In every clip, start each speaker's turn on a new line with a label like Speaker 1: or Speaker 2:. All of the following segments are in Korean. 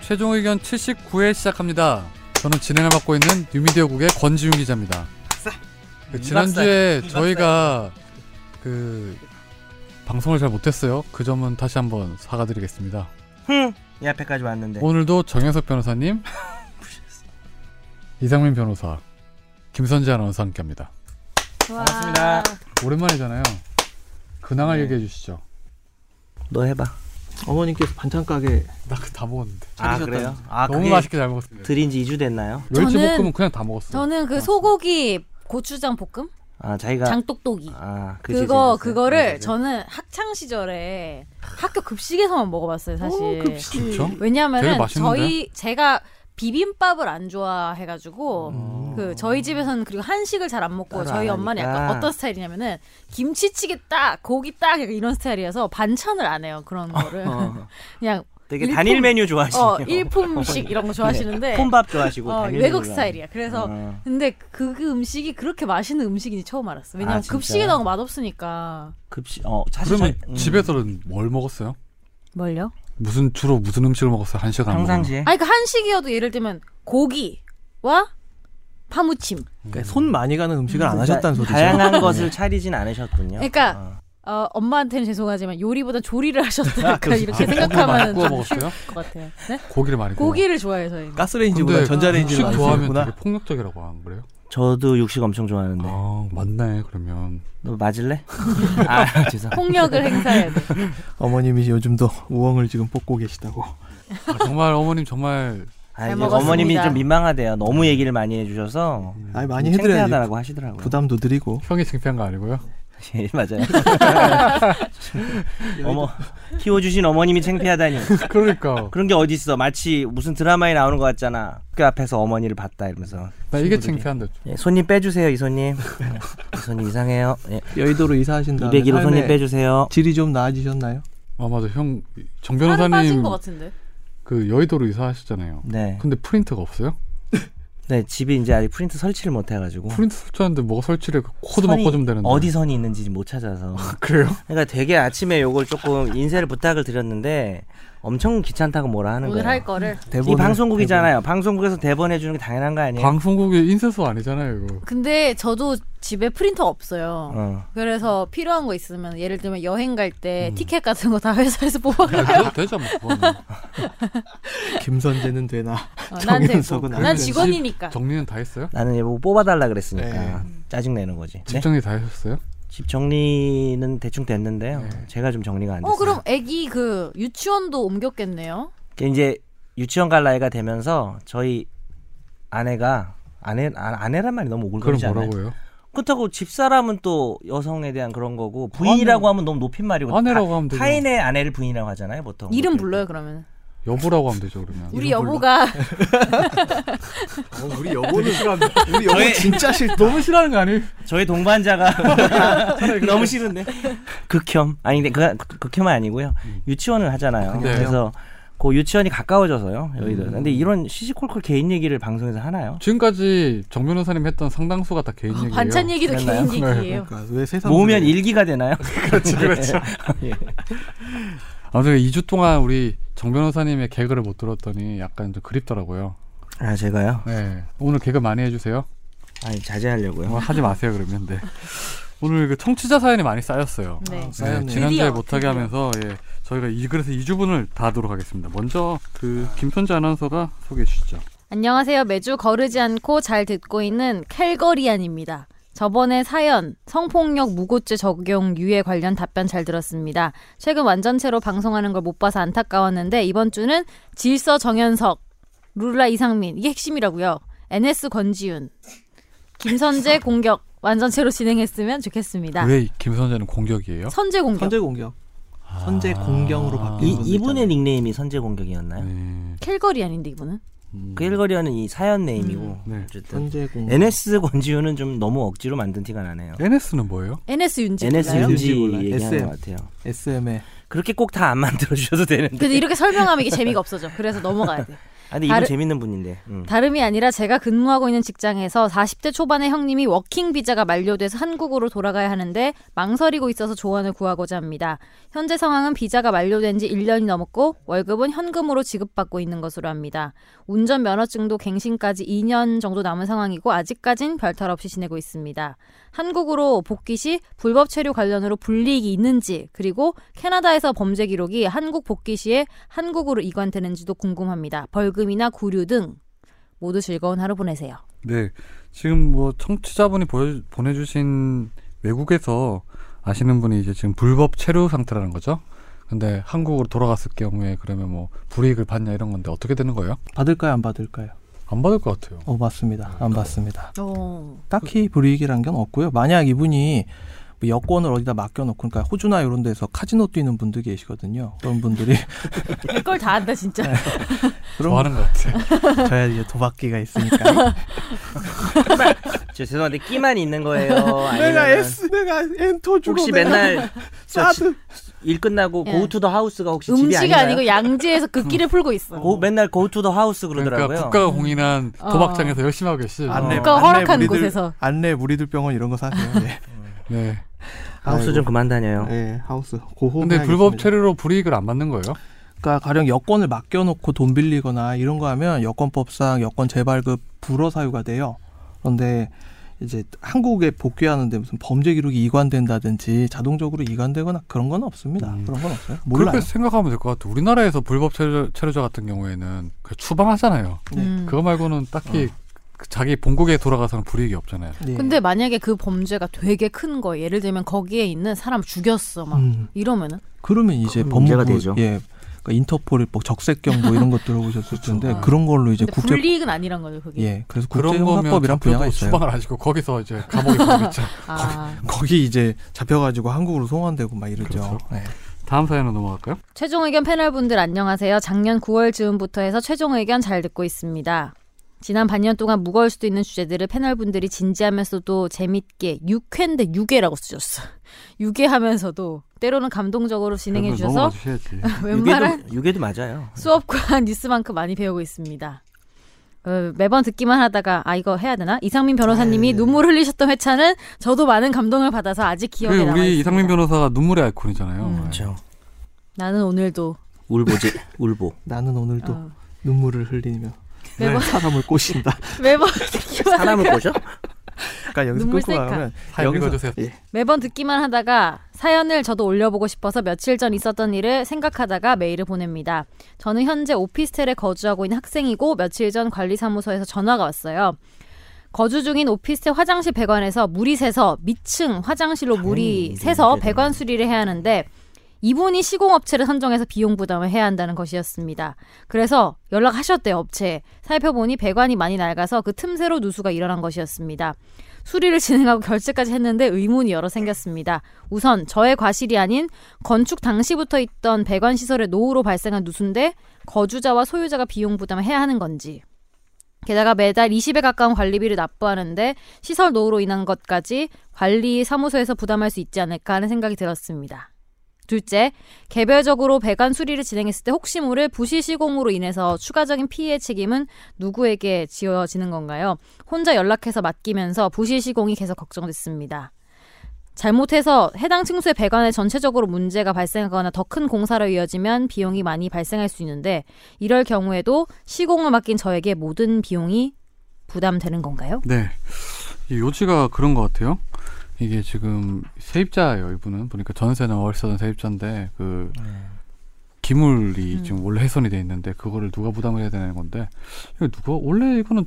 Speaker 1: 최종 의견 79회 시작합니다. 저는 진행을 맡고 있는 뉴미디어국의 권지윤 기자입니다. 그 지난주에 저희가 그 방송을 잘 못했어요. 그 점은 다시 한번 사과드리겠습니다.
Speaker 2: 흥! 이 앞에까지 왔는데
Speaker 3: 어,
Speaker 1: 오늘도 정현석 변호사님, 이상민 변호사, 김선재 아나운서 함께합니다.
Speaker 2: 반갑습니다.
Speaker 1: 오랜만이잖아요. 근황을
Speaker 2: 네.
Speaker 1: 얘기해 주시죠.
Speaker 2: 너 해봐
Speaker 4: 어머님께서 반찬 가게
Speaker 1: 나그 다 먹었는데.
Speaker 2: 아
Speaker 4: 찾으셨다는-
Speaker 2: 그래요? 아
Speaker 1: 너무
Speaker 2: 그게
Speaker 1: 맛있게 잘 먹었습니다.
Speaker 2: 들인 지 2주 됐나요?
Speaker 1: 멸치볶음은 그냥 다 먹었어.
Speaker 3: 저는 그 소고기 고추장 볶음
Speaker 2: 아 자기가
Speaker 3: 장똑똑이
Speaker 2: 아 그게 제일 재밌었어요.
Speaker 3: 그거
Speaker 2: 네.
Speaker 3: 그거를
Speaker 2: 그게 제일
Speaker 3: 저는 학창 시절에 학교 급식에서만 먹어봤어요 사실.
Speaker 1: 그렇죠? 되게
Speaker 3: 왜냐하면은
Speaker 1: 맛있는데?
Speaker 3: 저희 제가 비빔밥을 안 좋아해가지고
Speaker 2: 어.
Speaker 3: 그 저희 집에서는 그리고 한식을 잘 안 먹고
Speaker 2: 음. 따로
Speaker 3: 저희
Speaker 2: 안
Speaker 3: 엄마는
Speaker 2: 하니까.
Speaker 3: 약간 어떤 스타일이냐면은 김치찌개 딱 고기 딱 약간 이런 스타일이어서 반찬을 안 해요 그런 거를
Speaker 2: 어,
Speaker 3: 그냥
Speaker 2: 되게
Speaker 3: 일품-
Speaker 2: 단일 메뉴 좋아하시네요 네.
Speaker 3: 어 일품식 이런 거 좋아하시는데
Speaker 2: 폰밥 좋아하시고
Speaker 3: 어,
Speaker 2: 단일
Speaker 3: 외국
Speaker 2: 메뉴
Speaker 3: 스타일이야 그래서
Speaker 2: 좋아하시고. 어,
Speaker 3: 근데 그, 그 음식이 그렇게 맛있는 음식인지 처음 알았어. 왜냐면
Speaker 2: 아, 진짜요?
Speaker 3: 급식에 나온 거 맛없으니까.
Speaker 2: 급식 어 사실
Speaker 1: 그러면
Speaker 2: 저희- 음,
Speaker 1: 집에서는 뭘 먹었어요?
Speaker 3: 뭘요?
Speaker 1: 무슨 주로 무슨 음식을 먹었어요? 한식 안 먹었어요?
Speaker 2: 평상시에
Speaker 3: 아니, 그 한식이어도 예를 들면 고기와 파무침.
Speaker 4: 그러니까 손 많이 가는 음식을 안
Speaker 2: 그러니까
Speaker 4: 하셨다는 소리죠.
Speaker 2: 다양한 것을 차리진 않으셨군요
Speaker 3: 그러니까
Speaker 2: 어.
Speaker 3: 어, 엄마한테는 죄송하지만 요리보다 조리를 하셨다.
Speaker 4: 그렇구나.
Speaker 3: 이렇게
Speaker 1: 많이
Speaker 3: 생각하면
Speaker 1: 구워
Speaker 3: 좀 쉬울
Speaker 1: 먹었어요?
Speaker 3: 것 같아요. 네?
Speaker 1: 고기를 많이 구워
Speaker 3: 고기를 좋아해요, 저희는.
Speaker 4: 가스레인지보다
Speaker 1: 근데
Speaker 4: 전자레인지를
Speaker 1: 음식
Speaker 4: 많이
Speaker 1: 좋아하면
Speaker 4: 쓰셨구나.
Speaker 1: 되게 폭력적이라고 안 그래요?
Speaker 2: 저도 육식 엄청 좋아하는데
Speaker 3: 어.
Speaker 1: 아 맞네 그러면
Speaker 2: 너 맞을래? 아 죄송
Speaker 3: 폭력을 행사해야 돼.
Speaker 4: 어머님이 요즘도 우엉을 지금 뽑고 계시다고.
Speaker 1: 아, 정말 어머님 정말
Speaker 2: 아,
Speaker 3: 잘
Speaker 2: 이제
Speaker 3: 먹었습니다.
Speaker 2: 어머님이 좀 민망하대요 너무 얘기를 많이 해주셔서
Speaker 4: 아니 많이
Speaker 2: 많이
Speaker 4: 해드려야지.
Speaker 2: 음, 창피하다라고 하시더라고요
Speaker 4: 부담도 드리고.
Speaker 1: 형이 창피한 거 아니고요?
Speaker 2: 예, 맞아요 어머 키워주신 어머님이 창피하다니
Speaker 1: 그러니까
Speaker 2: 그런 게 어디 있어? 마치 무슨 드라마에 나오는 것 같잖아. 학교 앞에서 어머니를 봤다 이러면서
Speaker 1: 나 이게
Speaker 2: 친구들이.
Speaker 1: 창피한데
Speaker 2: 예, 손님 빼주세요 이 손님. 예, 이 손님 이상해요. 예,
Speaker 4: 여의도로
Speaker 1: 그
Speaker 4: 이사하신 다음에
Speaker 2: 201호
Speaker 4: 삶의
Speaker 2: 손님 빼주세요.
Speaker 4: 질이 좀 나아지셨나요?
Speaker 1: 아 맞아 형정
Speaker 3: 살은 빠진
Speaker 1: 변호사님
Speaker 3: 것 같은데.
Speaker 1: 그 여의도로 이사하셨잖아요
Speaker 2: 네,
Speaker 1: 근데 프린터가 없어요? 그
Speaker 2: 네 집이 이제 아직 프린트 설치를 못 해가지고
Speaker 1: 프린터 설치하는데 뭐가 설치를 그 코드
Speaker 2: 네. 선이
Speaker 1: 바꿔 주면 되는데
Speaker 2: 어디 선이 있는지 못 찾아서.
Speaker 1: 그래요?
Speaker 2: 그러니까 되게 아침에 요걸 조금 인쇄를 부탁을 드렸는데 엄청 귀찮다고 뭐라 하는
Speaker 3: 오늘
Speaker 2: 거예요.
Speaker 3: 할 거를.
Speaker 2: 이 방송국이잖아요. 방송국에서 대본 해주는 게 당연한 거 아니에요?
Speaker 1: 방송국의 인쇄소 아니잖아요 이거
Speaker 3: 근데 저도 집에 프린터가 없어요.
Speaker 2: 어.
Speaker 3: 그래서 필요한 거 있으면 예를 들면 여행 갈 때 티켓 같은 거 다 회사에서 뽑아가요.
Speaker 1: 야, 그거 되죠 뭐 그거는.
Speaker 4: 김선재는 되나?
Speaker 3: 어, 난 되고.
Speaker 4: 정윤석은 안
Speaker 3: 난
Speaker 4: 되지.
Speaker 3: 직원이니까.
Speaker 1: 아, 정리는 다 했어요?
Speaker 2: 나는 얘뭐 뽑아달라 그랬으니까
Speaker 4: 네.
Speaker 2: 짜증 내는 거지. 네?
Speaker 1: 집 정리 다 하셨어요?
Speaker 2: 집 정리는 대충 됐는데요.
Speaker 1: 네.
Speaker 2: 제가 좀 정리가 안 됐어요.
Speaker 3: 어 그럼 애기 그 유치원도 옮겼겠네요.
Speaker 2: 그 이제 유치원 갈 나이가 되면서 저희 아내가 아내 아, 내란 말이 너무
Speaker 1: 그럼
Speaker 2: 오글거리지 않아요?
Speaker 1: 뭐라고 해요?
Speaker 2: 그렇다고 집사람은 또 여성에 대한 그런 거고 부인이라고 하면 너무 높임말이고
Speaker 1: 아내라고
Speaker 2: 타-
Speaker 1: 하면 되죠.
Speaker 2: 타인의 아내를 부인이라고 하잖아요 보통
Speaker 3: 이름
Speaker 2: 높임.
Speaker 3: 불러요 그러면.
Speaker 1: 여보라고 하면 되죠 그러면
Speaker 3: 우리 여보가
Speaker 4: 어, 우리 여보는 싫어한다. 우리 여보 진짜 싫다.
Speaker 1: 너무 싫어하는 거 아니에요?
Speaker 2: 저희 동반자가 너무 싫은데 극혐 아니 근데 그, 극혐은 아니고요 유치원을 하잖아요 음.
Speaker 1: 네.
Speaker 2: 음. 그래서 그 유치원이 가까워져서요 여의도 근데 이런 시시콜콜 개인 얘기를 방송에서 하나요?
Speaker 1: 지금까지 정 변호사님 했던 상당수가 다 개인 얘기예요.
Speaker 3: 아, 반찬 얘기도
Speaker 2: 그랬나요?
Speaker 3: 개인 얘기예요.
Speaker 4: 그러니까 왜 세상
Speaker 2: 모으면
Speaker 4: 그래.
Speaker 2: 일기가 되나요? 그렇죠 그렇죠
Speaker 1: 아무튼 2주 동안 우리 정 변호사님의 개그를 못 들었더니 약간 좀 그립더라고요.
Speaker 2: 아 제가요?
Speaker 1: 네. 오늘 개그 많이 해주세요.
Speaker 2: 아니 자제하려고요
Speaker 1: 어, 하지 마세요 그러면. 네. 오늘 그 청취자 사연이 많이 쌓였어요.
Speaker 3: 네.
Speaker 4: 아, 쌓였네요.
Speaker 1: 지난주에
Speaker 3: 드디어,
Speaker 1: 못하게
Speaker 3: 드디어.
Speaker 1: 하면서 예, 저희가 이 그래서 2주분을 다 하도록 하겠습니다. 먼저 그 김선재 아나운서가 소개해 주시죠.
Speaker 3: 안녕하세요. 매주 거르지 않고 잘 듣고 있는 캘거리안입니다. 저번에 사연 성폭력 무고죄 적용 유예 관련 답변 잘 들었습니다. 최근 완전체로 방송하는 걸 못 봐서 안타까웠는데 이번 주는 질서 정현석, 룰라 이상민 이게 핵심이라고요. NS 권지윤, 김선재 공격 완전체로 진행했으면 좋겠습니다.
Speaker 1: 왜 김선재는 공격이에요?
Speaker 3: 선재 공격.
Speaker 4: 선재 공격. 선재 공경으로 바뀌는
Speaker 2: 아. 이,
Speaker 4: 분도
Speaker 2: 이분의
Speaker 4: 있잖아요.
Speaker 2: 닉네임이 선제 공격이었나요?
Speaker 1: 네.
Speaker 3: 캘거리 아닌데 이분은?
Speaker 1: 음.
Speaker 2: 그 일거리는 이 사연 음. 네임이고
Speaker 1: 네.
Speaker 2: 어쨌든
Speaker 4: 선재 공경.
Speaker 2: NS 권지우는 좀 너무 억지로 만든 티가 나네요.
Speaker 1: NS는 뭐예요?
Speaker 3: NS 윤지.
Speaker 2: NS
Speaker 3: 몰라요?
Speaker 2: 윤지
Speaker 4: 몰라요?
Speaker 2: 얘기하는
Speaker 4: SM.
Speaker 2: 것 같아요.
Speaker 4: SM의
Speaker 2: 그렇게 꼭 다 안 만들어 주셔도 되는데.
Speaker 3: 근데 이렇게 설명하면 이게 재미가 없어져. 그래서 넘어가야 돼.
Speaker 2: 아, 근데 이분
Speaker 3: 다른-
Speaker 2: 재밌는 분인데. 음.
Speaker 3: 다름이 아니라 제가 근무하고 있는 직장에서 40대 초반의 형님이 워킹 비자가 만료돼서 한국으로 돌아가야 하는데 망설이고 있어서 조언을 구하고자 합니다. 현재 상황은 비자가 만료된 지 1년이 넘었고 월급은 현금으로 지급받고 있는 것으로 합니다. 운전 면허증도 갱신까지 2년 정도 남은 상황이고 아직까진 별탈 없이 지내고 있습니다. 한국으로 복귀 시 불법 체류 관련으로 불이익이 있는지 그리고 캐나다에서 범죄 기록이 한국 복귀 시에 한국으로 이관되는지도 궁금합니다. 벌금이나 구류 등 모두 즐거운 하루 보내세요.
Speaker 1: 네, 지금 뭐 청취자분이 보여, 보내주신 외국에서 아시는 분이 이제 지금 불법 체류 상태라는 거죠. 근데 한국으로 돌아갔을 경우에 그러면 뭐 불이익을 받냐 이런 건데 어떻게 되는 거예요?
Speaker 4: 받을까요, 안 받을까요?
Speaker 1: 안 받을 것 같아요.
Speaker 4: 어, 맞습니다. 안 받습니다.
Speaker 3: 어.
Speaker 4: 딱히 불이익이란 건 없고요. 만약 이분이 뭐 여권을 어디다 맡겨놓고, 그러니까 호주나 이런 데서 카지노 뛰는 분들 계시거든요. 그런 분들이
Speaker 3: 이걸 다 한다 진짜.
Speaker 4: 그럼
Speaker 1: 좋아하는 것 같아.
Speaker 4: 저야 이제 도박기가 있으니까.
Speaker 2: 저 죄송한데 끼만 있는 거예요.
Speaker 4: 내가
Speaker 2: 아니면은
Speaker 4: S, 내가 엔터 주고
Speaker 2: 혹시
Speaker 4: 내가
Speaker 2: 맨날 저 지-
Speaker 4: 사드.
Speaker 2: 일 끝나고
Speaker 3: 예.
Speaker 2: 고우투더 하우스가 혹시 집이
Speaker 3: 음식 이
Speaker 2: 아닌가요?
Speaker 3: 아니고 양지에서 극기를 풀고 예. 있어.
Speaker 2: 고, 맨날 고우투더 하우스
Speaker 1: 그러니까
Speaker 2: 그러더라고요.
Speaker 1: 국가가 공인한
Speaker 3: 어.
Speaker 1: 도박장에서 열심히 하고 계시.
Speaker 2: 안
Speaker 4: 어. 안내,
Speaker 3: 국가가
Speaker 4: 안내
Speaker 3: 허락한
Speaker 4: 무리들-
Speaker 3: 곳에서.
Speaker 4: 안내 무리들 병원 이런 거 사세요. 네.
Speaker 1: 네.
Speaker 2: 하우스 좀
Speaker 4: 아이고.
Speaker 2: 그만 다녀요.
Speaker 4: 네, 하우스. 고호.
Speaker 1: 근데 불법 체류로 불이익을 안 받는 거예요?
Speaker 4: 그러니까 가령 여권을 맡겨놓고 돈 빌리거나 이런 거 하면 여권법상 여권 재발급 불허 사유가 돼요. 그런데 이제 한국에 복귀하는데 무슨 범죄 기록이 이관된다든지 자동적으로 이관되거나 그런 건 없습니다.
Speaker 1: 음.
Speaker 4: 그런 건 없어요. 몰라요.
Speaker 1: 그렇게 생각하면 될 것 같아. 요 우리나라에서 불법 체류, 자 같은 경우에는 그 추방하잖아요.
Speaker 4: 네.
Speaker 3: 음.
Speaker 1: 그거 말고는 딱히 그 자기 본국에 돌아가서는 불이익이 없잖아요.
Speaker 4: 네.
Speaker 3: 근데 만약에 그 범죄가 되게 큰 거, 예를 들면 거기에 있는 사람 죽였어 막
Speaker 4: 음,
Speaker 3: 이러면은
Speaker 4: 그러면 이제
Speaker 2: 그건
Speaker 4: 법무부
Speaker 2: 문제가 되죠.
Speaker 4: 예, 그러니까 인터폴 뭐 적색경 뭐 이런 것 들어보셨을 텐데
Speaker 3: 아.
Speaker 4: 그런 걸로 이제
Speaker 3: 근데
Speaker 4: 국제
Speaker 3: 불이익은 아니란 거죠 그게.
Speaker 4: 예, 그래서
Speaker 1: 그런 거면
Speaker 4: 국제형사법이란 분야가
Speaker 1: 잡혀도
Speaker 4: 있어요.
Speaker 1: 수방을 하시고 거기서 이제 감옥에 가겠죠.
Speaker 3: 아.
Speaker 4: 거기 이제 잡혀가지고 한국으로 송환되고 막 이러죠.
Speaker 1: 그렇죠.
Speaker 4: 네.
Speaker 1: 다음 사연으로 넘어갈까요?
Speaker 3: 최종 의견 패널분들 안녕하세요. 작년 9월 즈음부터 해서 최종 의견 잘 듣고 있습니다. 지난 반년 동안 무거울 수도 있는 주제들을 패널분들이 진지하면서도 재밌게 육회인데 유괴라고 쓰셨어. 유괴하면서도 때로는 감동적으로 진행해 주셔서
Speaker 1: 넘어가주셔야지.
Speaker 3: 웬만한
Speaker 2: 유괴도, 유괴도 맞아요.
Speaker 3: 수업과 뉴스만큼 많이 배우고 있습니다. 어, 매번 듣기만 하다가 아 이거 해야 되나? 이상민 변호사님이
Speaker 1: 네.
Speaker 3: 눈물 흘리셨던 회차는 저도 많은 감동을 받아서 아직 기억에
Speaker 1: 그
Speaker 3: 남아
Speaker 1: 우리
Speaker 3: 있습니다.
Speaker 1: 이상민 변호사가 눈물의 아이콘이잖아요.
Speaker 3: 음.
Speaker 1: 네.
Speaker 2: 그렇죠.
Speaker 3: 나는 오늘도
Speaker 2: 울보지 울보.
Speaker 4: 나는 오늘도
Speaker 3: 어,
Speaker 4: 눈물을 흘리며
Speaker 3: 매번
Speaker 4: 사람을 꼬신다.
Speaker 3: 매번 듣기만
Speaker 2: 사람을 꼬셔?
Speaker 4: 그러니까 여기서
Speaker 3: 눈물
Speaker 4: 끌고
Speaker 3: 셀카.
Speaker 4: 가면
Speaker 1: 사연
Speaker 4: 여기서-
Speaker 1: 읽어주세요.
Speaker 4: 예.
Speaker 3: 매번 듣기만 하다가 사연을 저도 올려보고 싶어서 며칠 전 있었던 일을 생각하다가 메일을 보냅니다. 저는 현재 오피스텔에 거주하고 있는 학생이고 며칠 전 관리사무소에서 전화가 왔어요. 거주 중인 오피스텔 화장실 배관에서 물이 새서 미층 화장실로 물이
Speaker 2: 당연히
Speaker 3: 새서
Speaker 2: 문제죠.
Speaker 3: 배관 수리를 해야 하는데 이분이 시공업체를 선정해서 비용 부담을 해야 한다는 것이었습니다. 그래서 연락하셨대요, 업체에. 살펴보니 배관이 많이 낡아서 그 틈새로 누수가 일어난 것이었습니다. 수리를 진행하고 결제까지 했는데 의문이 여러 생겼습니다. 우선 저의 과실이 아닌 건축 당시부터 있던 배관 시설의 노후로 발생한 누수인데 거주자와 소유자가 비용 부담을 해야 하는 건지. 게다가 매달 20에 가까운 관리비를 납부하는데 시설 노후로 인한 것까지 관리 사무소에서 부담할 수 있지 않을까 하는 생각이 들었습니다. 둘째, 개별적으로 배관 수리를 진행했을 때 혹시 모를 부실 시공으로 인해서 추가적인 피해 책임은 누구에게 지어지는 건가요? 혼자 연락해서 맡기면서 부실 시공이 계속 걱정됐습니다. 잘못해서 해당 층수의 배관에 전체적으로 문제가 발생하거나 더 큰 공사로 이어지면 비용이 많이 발생할 수 있는데 이럴 경우에도 시공을 맡긴 저에게 모든 비용이 부담되는 건가요?
Speaker 1: 네. 이 요지가 그런 것 같아요. 이게 지금 세입자예요, 이분은. 보니까 전세나 월세든 세입자인데 그 기물이
Speaker 3: 음.
Speaker 1: 지금 원래 훼손이 돼 있는데 그거를 누가 부담을 해야 되는 건데 이거 누가 원래 이거는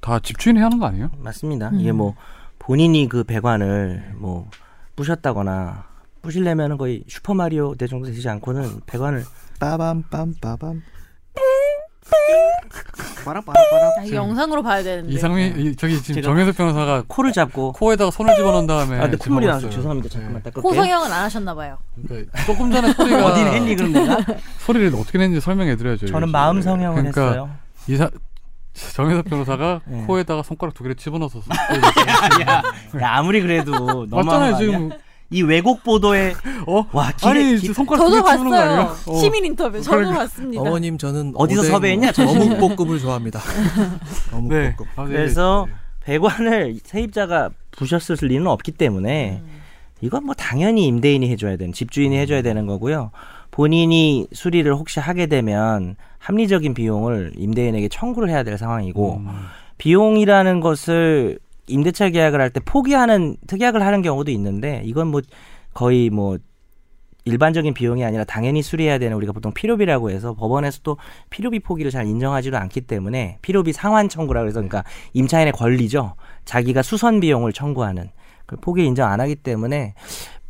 Speaker 1: 다 집주인이 하는 거 아니에요?
Speaker 2: 맞습니다.
Speaker 3: 음.
Speaker 2: 이게 뭐 본인이 그 배관을 뭐 부셨다거나 부실려면은 거의 슈퍼 마리오 대 정도 되지 않고는 배관을
Speaker 4: 빠밤빰 빠밤. 빠람 빠람 빠람.
Speaker 3: 아, 이거 영상으로 봐야 되는데.
Speaker 1: 네. 이상민 이- 저기 지금
Speaker 2: 제가-
Speaker 1: 정현석 변호사가
Speaker 2: 코를 잡고
Speaker 1: 코에다가 네, 손을 집어넣은 다음에
Speaker 2: 아 근데 콧물이
Speaker 1: 집어먹었어요.
Speaker 2: 나서 죄송합니다. 잠깐만
Speaker 3: 코
Speaker 2: 닦을게요.
Speaker 3: 성형은 안 하셨나 봐요.
Speaker 1: 그러니까 조금 전에 소리가
Speaker 2: 어디 했니 그럼 내가?
Speaker 1: 소리를 어떻게 냈는지 설명해 드려야죠.
Speaker 2: 저는 마음 성형을
Speaker 1: 그러니까
Speaker 2: 했어요.
Speaker 1: 이사 정혜석 변호사가
Speaker 2: 예.
Speaker 1: 코에다가 손가락 두 개를 집어넣어서
Speaker 2: 야, 아무리 그래도 너무한
Speaker 1: 맞잖아요
Speaker 2: 거 아니야?
Speaker 1: 지금
Speaker 2: 이 왜곡 보도에
Speaker 1: 어?
Speaker 2: 와
Speaker 1: 아니
Speaker 2: 기레,
Speaker 1: 이제
Speaker 2: 기,
Speaker 1: 손가락
Speaker 3: 저도
Speaker 1: 두개 치우는 거
Speaker 3: 봤어요.
Speaker 1: 아니야? 어.
Speaker 3: 시민 인터뷰 저도
Speaker 1: 그러니까.
Speaker 3: 봤습니다.
Speaker 4: 어머님 저는
Speaker 2: 어디서
Speaker 4: 오뎅,
Speaker 2: 섭외했냐, 저
Speaker 4: 어묵볶음을 좋아합니다.
Speaker 1: 네.
Speaker 4: 어묵볶음.
Speaker 1: 아, 네.
Speaker 2: 그래서 배관을 세입자가 부셨을 리는 없기 때문에
Speaker 1: 음.
Speaker 2: 이건 뭐 당연히 임대인이 해줘야 되는 집주인이 해줘야 되는 거고요. 본인이 수리를 혹시 하게 되면 합리적인 비용을 임대인에게 청구를 해야 될 상황이고
Speaker 1: 음.
Speaker 2: 비용이라는 것을 임대차 계약을 할 때 포기하는 특약을 하는 경우도 있는데 이건 뭐 거의 뭐 일반적인 비용이 아니라 당연히 수리해야 되는 우리가 보통 필요비라고 해서 법원에서도 필요비 포기를 잘 인정하지도 않기 때문에 필요비 상환 청구라 그래서 그러니까 임차인의 권리죠 자기가 수선 비용을 청구하는 그 포기 인정 안 하기 때문에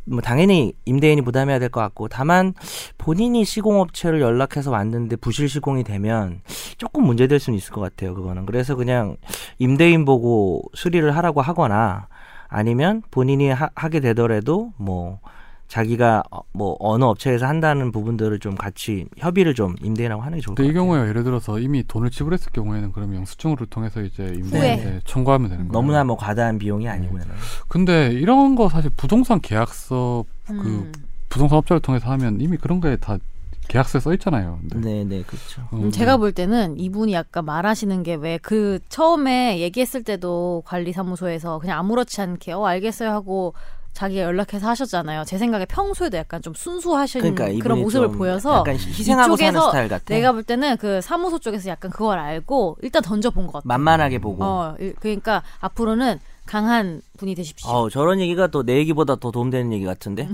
Speaker 2: 뭐 당연히 임대인이 부담해야 될 것 같고 다만 본인이 시공업체를 연락해서 왔는데 부실 시공이 되면 조금 문제될 수는 있을 것 같아요 그거는 그래서 그냥 임대인 보고 수리를 하라고 하거나 아니면 본인이 하, 게 되더라도 뭐 자기가 어, 뭐 어느 업체에서 한다는 부분들을 좀 같이 협의를 좀 임대인하고 하는 게 좋을 것
Speaker 1: 근데 이
Speaker 2: 같아요.
Speaker 1: 경우에 예를 들어서 이미 돈을 지불했을 경우에는 그러면 영수증으로 통해서 이제 임대인한테 청구하면 되는 거예요.
Speaker 2: 너무나 뭐 과다한 비용이 아니고요.
Speaker 1: 네, 그렇죠. 근데 이런 거 사실 부동산 계약서
Speaker 3: 음.
Speaker 1: 부동산 업자를 통해서 하면 이미 그런 게 다 계약서에 써 있잖아요. 근데.
Speaker 2: 네, 네, 그렇죠.
Speaker 1: 어,
Speaker 3: 음,
Speaker 1: 네.
Speaker 3: 제가 볼 때는 이분이 아까 말하시는 게 왜 그 처음에 얘기했을 때도 관리사무소에서 그냥 아무렇지 않게 어 알겠어요 하고 자기가 연락해서 하셨잖아요. 제 생각에 평소에도 약간 좀 순수하신
Speaker 2: 그러니까 이분이
Speaker 3: 그런 모습을
Speaker 2: 좀
Speaker 3: 보여서
Speaker 2: 약간 희생하고 사는
Speaker 3: 이쪽에서
Speaker 2: 스타일 같아.
Speaker 3: 내가 볼 때는 그 사무소 쪽에서 약간 그걸 알고 일단 던져본 것 같아요.
Speaker 2: 만만하게 보고. 어.
Speaker 3: 어, 일- 그러니까 앞으로는 강한 분이
Speaker 2: 아,
Speaker 3: 되십시오.
Speaker 2: 어, 저런 얘기가 또 내 얘기보다 더 도움되는 얘기 같은데.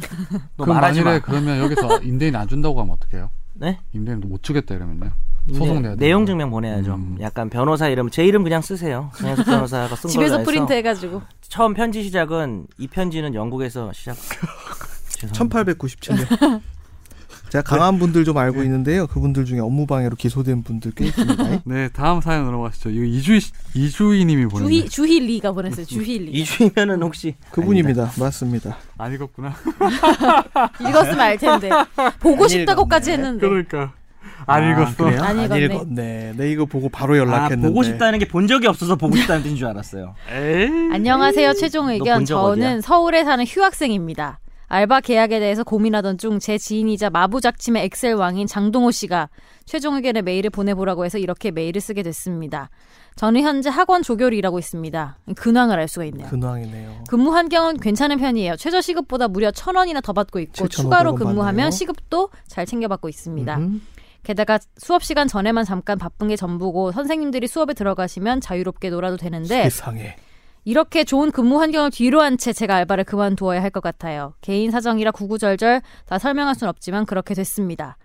Speaker 2: 너
Speaker 1: 그럼
Speaker 2: 말하지
Speaker 1: 만일에
Speaker 2: 마.
Speaker 1: 그러면 여기서 임대인 안 준다고 하면 어떡해요?
Speaker 2: 네?
Speaker 1: 임대인도 못 주겠다 이러면요. 소송 내야
Speaker 2: 내용
Speaker 1: 되는
Speaker 2: 증명 보내야죠.
Speaker 1: 음.
Speaker 2: 약간 변호사 이름 제 이름 그냥 쓰세요. 정현석 변호사가 쓴 걸로
Speaker 3: 집에서
Speaker 2: 해서. 아,
Speaker 3: 프린트 해가지고
Speaker 2: 처음 편지 시작은 이 편지는 영국에서 시작. 죄송합니다.
Speaker 4: 1897년. 제가 강한 분들 좀 알고 있는데요. 그분들 중에 업무방해로 기소된 분들 꽤 있습니다.
Speaker 1: 네, 다음 사연으로 가시죠. 이거 이주희 씨- 이주희님이 보낸
Speaker 3: 주희 주희 리가 보냈어요. 주희 리
Speaker 2: 이주이면은 혹시
Speaker 4: 그분입니다. 맞습니다.
Speaker 1: 안 읽었구나.
Speaker 3: 읽었으면 알 텐데 보고
Speaker 4: 안
Speaker 3: 싶다고까지 했는데
Speaker 1: 그러니까 안 읽었어.
Speaker 4: 그래요?
Speaker 3: 안 읽었네.
Speaker 4: 읽었네. 네 이거 보고 바로
Speaker 2: 아,
Speaker 4: 연락했는데.
Speaker 2: 보고 싶다는 게 본 적이 없어서 보고 싶다는 뜻인 줄 알았어요.
Speaker 3: 안녕하세요. 최종 의견.
Speaker 2: 본적
Speaker 3: 저는
Speaker 2: 어디야?
Speaker 3: 서울에 사는 휴학생입니다. 알바 계약에 대해서 고민하던 중 제 지인이자 마부작침의 엑셀 왕인 장동호 씨가 최종 의견에 메일을 보내보라고 해서 이렇게 메일을 쓰게 됐습니다. 저는 현재 학원 조교를 일하고 있습니다. 근황을 알 수가 있네요.
Speaker 4: 그- 근황이네요.
Speaker 3: 근무 환경은 괜찮은 편이에요. 최저 시급보다 무려 천 원이나 더 받고 있고
Speaker 4: 7,500원
Speaker 3: 추가로 근무하면
Speaker 4: 받네요.
Speaker 3: 시급도 잘 챙겨받고 있습니다.
Speaker 4: 음.
Speaker 3: 게다가 수업 시간 전에만 잠깐 바쁜 게 전부고 선생님들이 수업에 들어가시면 자유롭게 놀아도 되는데
Speaker 4: 이상해.
Speaker 3: 이렇게 좋은 근무 환경을 뒤로 한 채 제가 알바를 그만두어야 할 것 같아요. 개인 사정이라 구구절절 다 설명할 순 없지만 그렇게 됐습니다.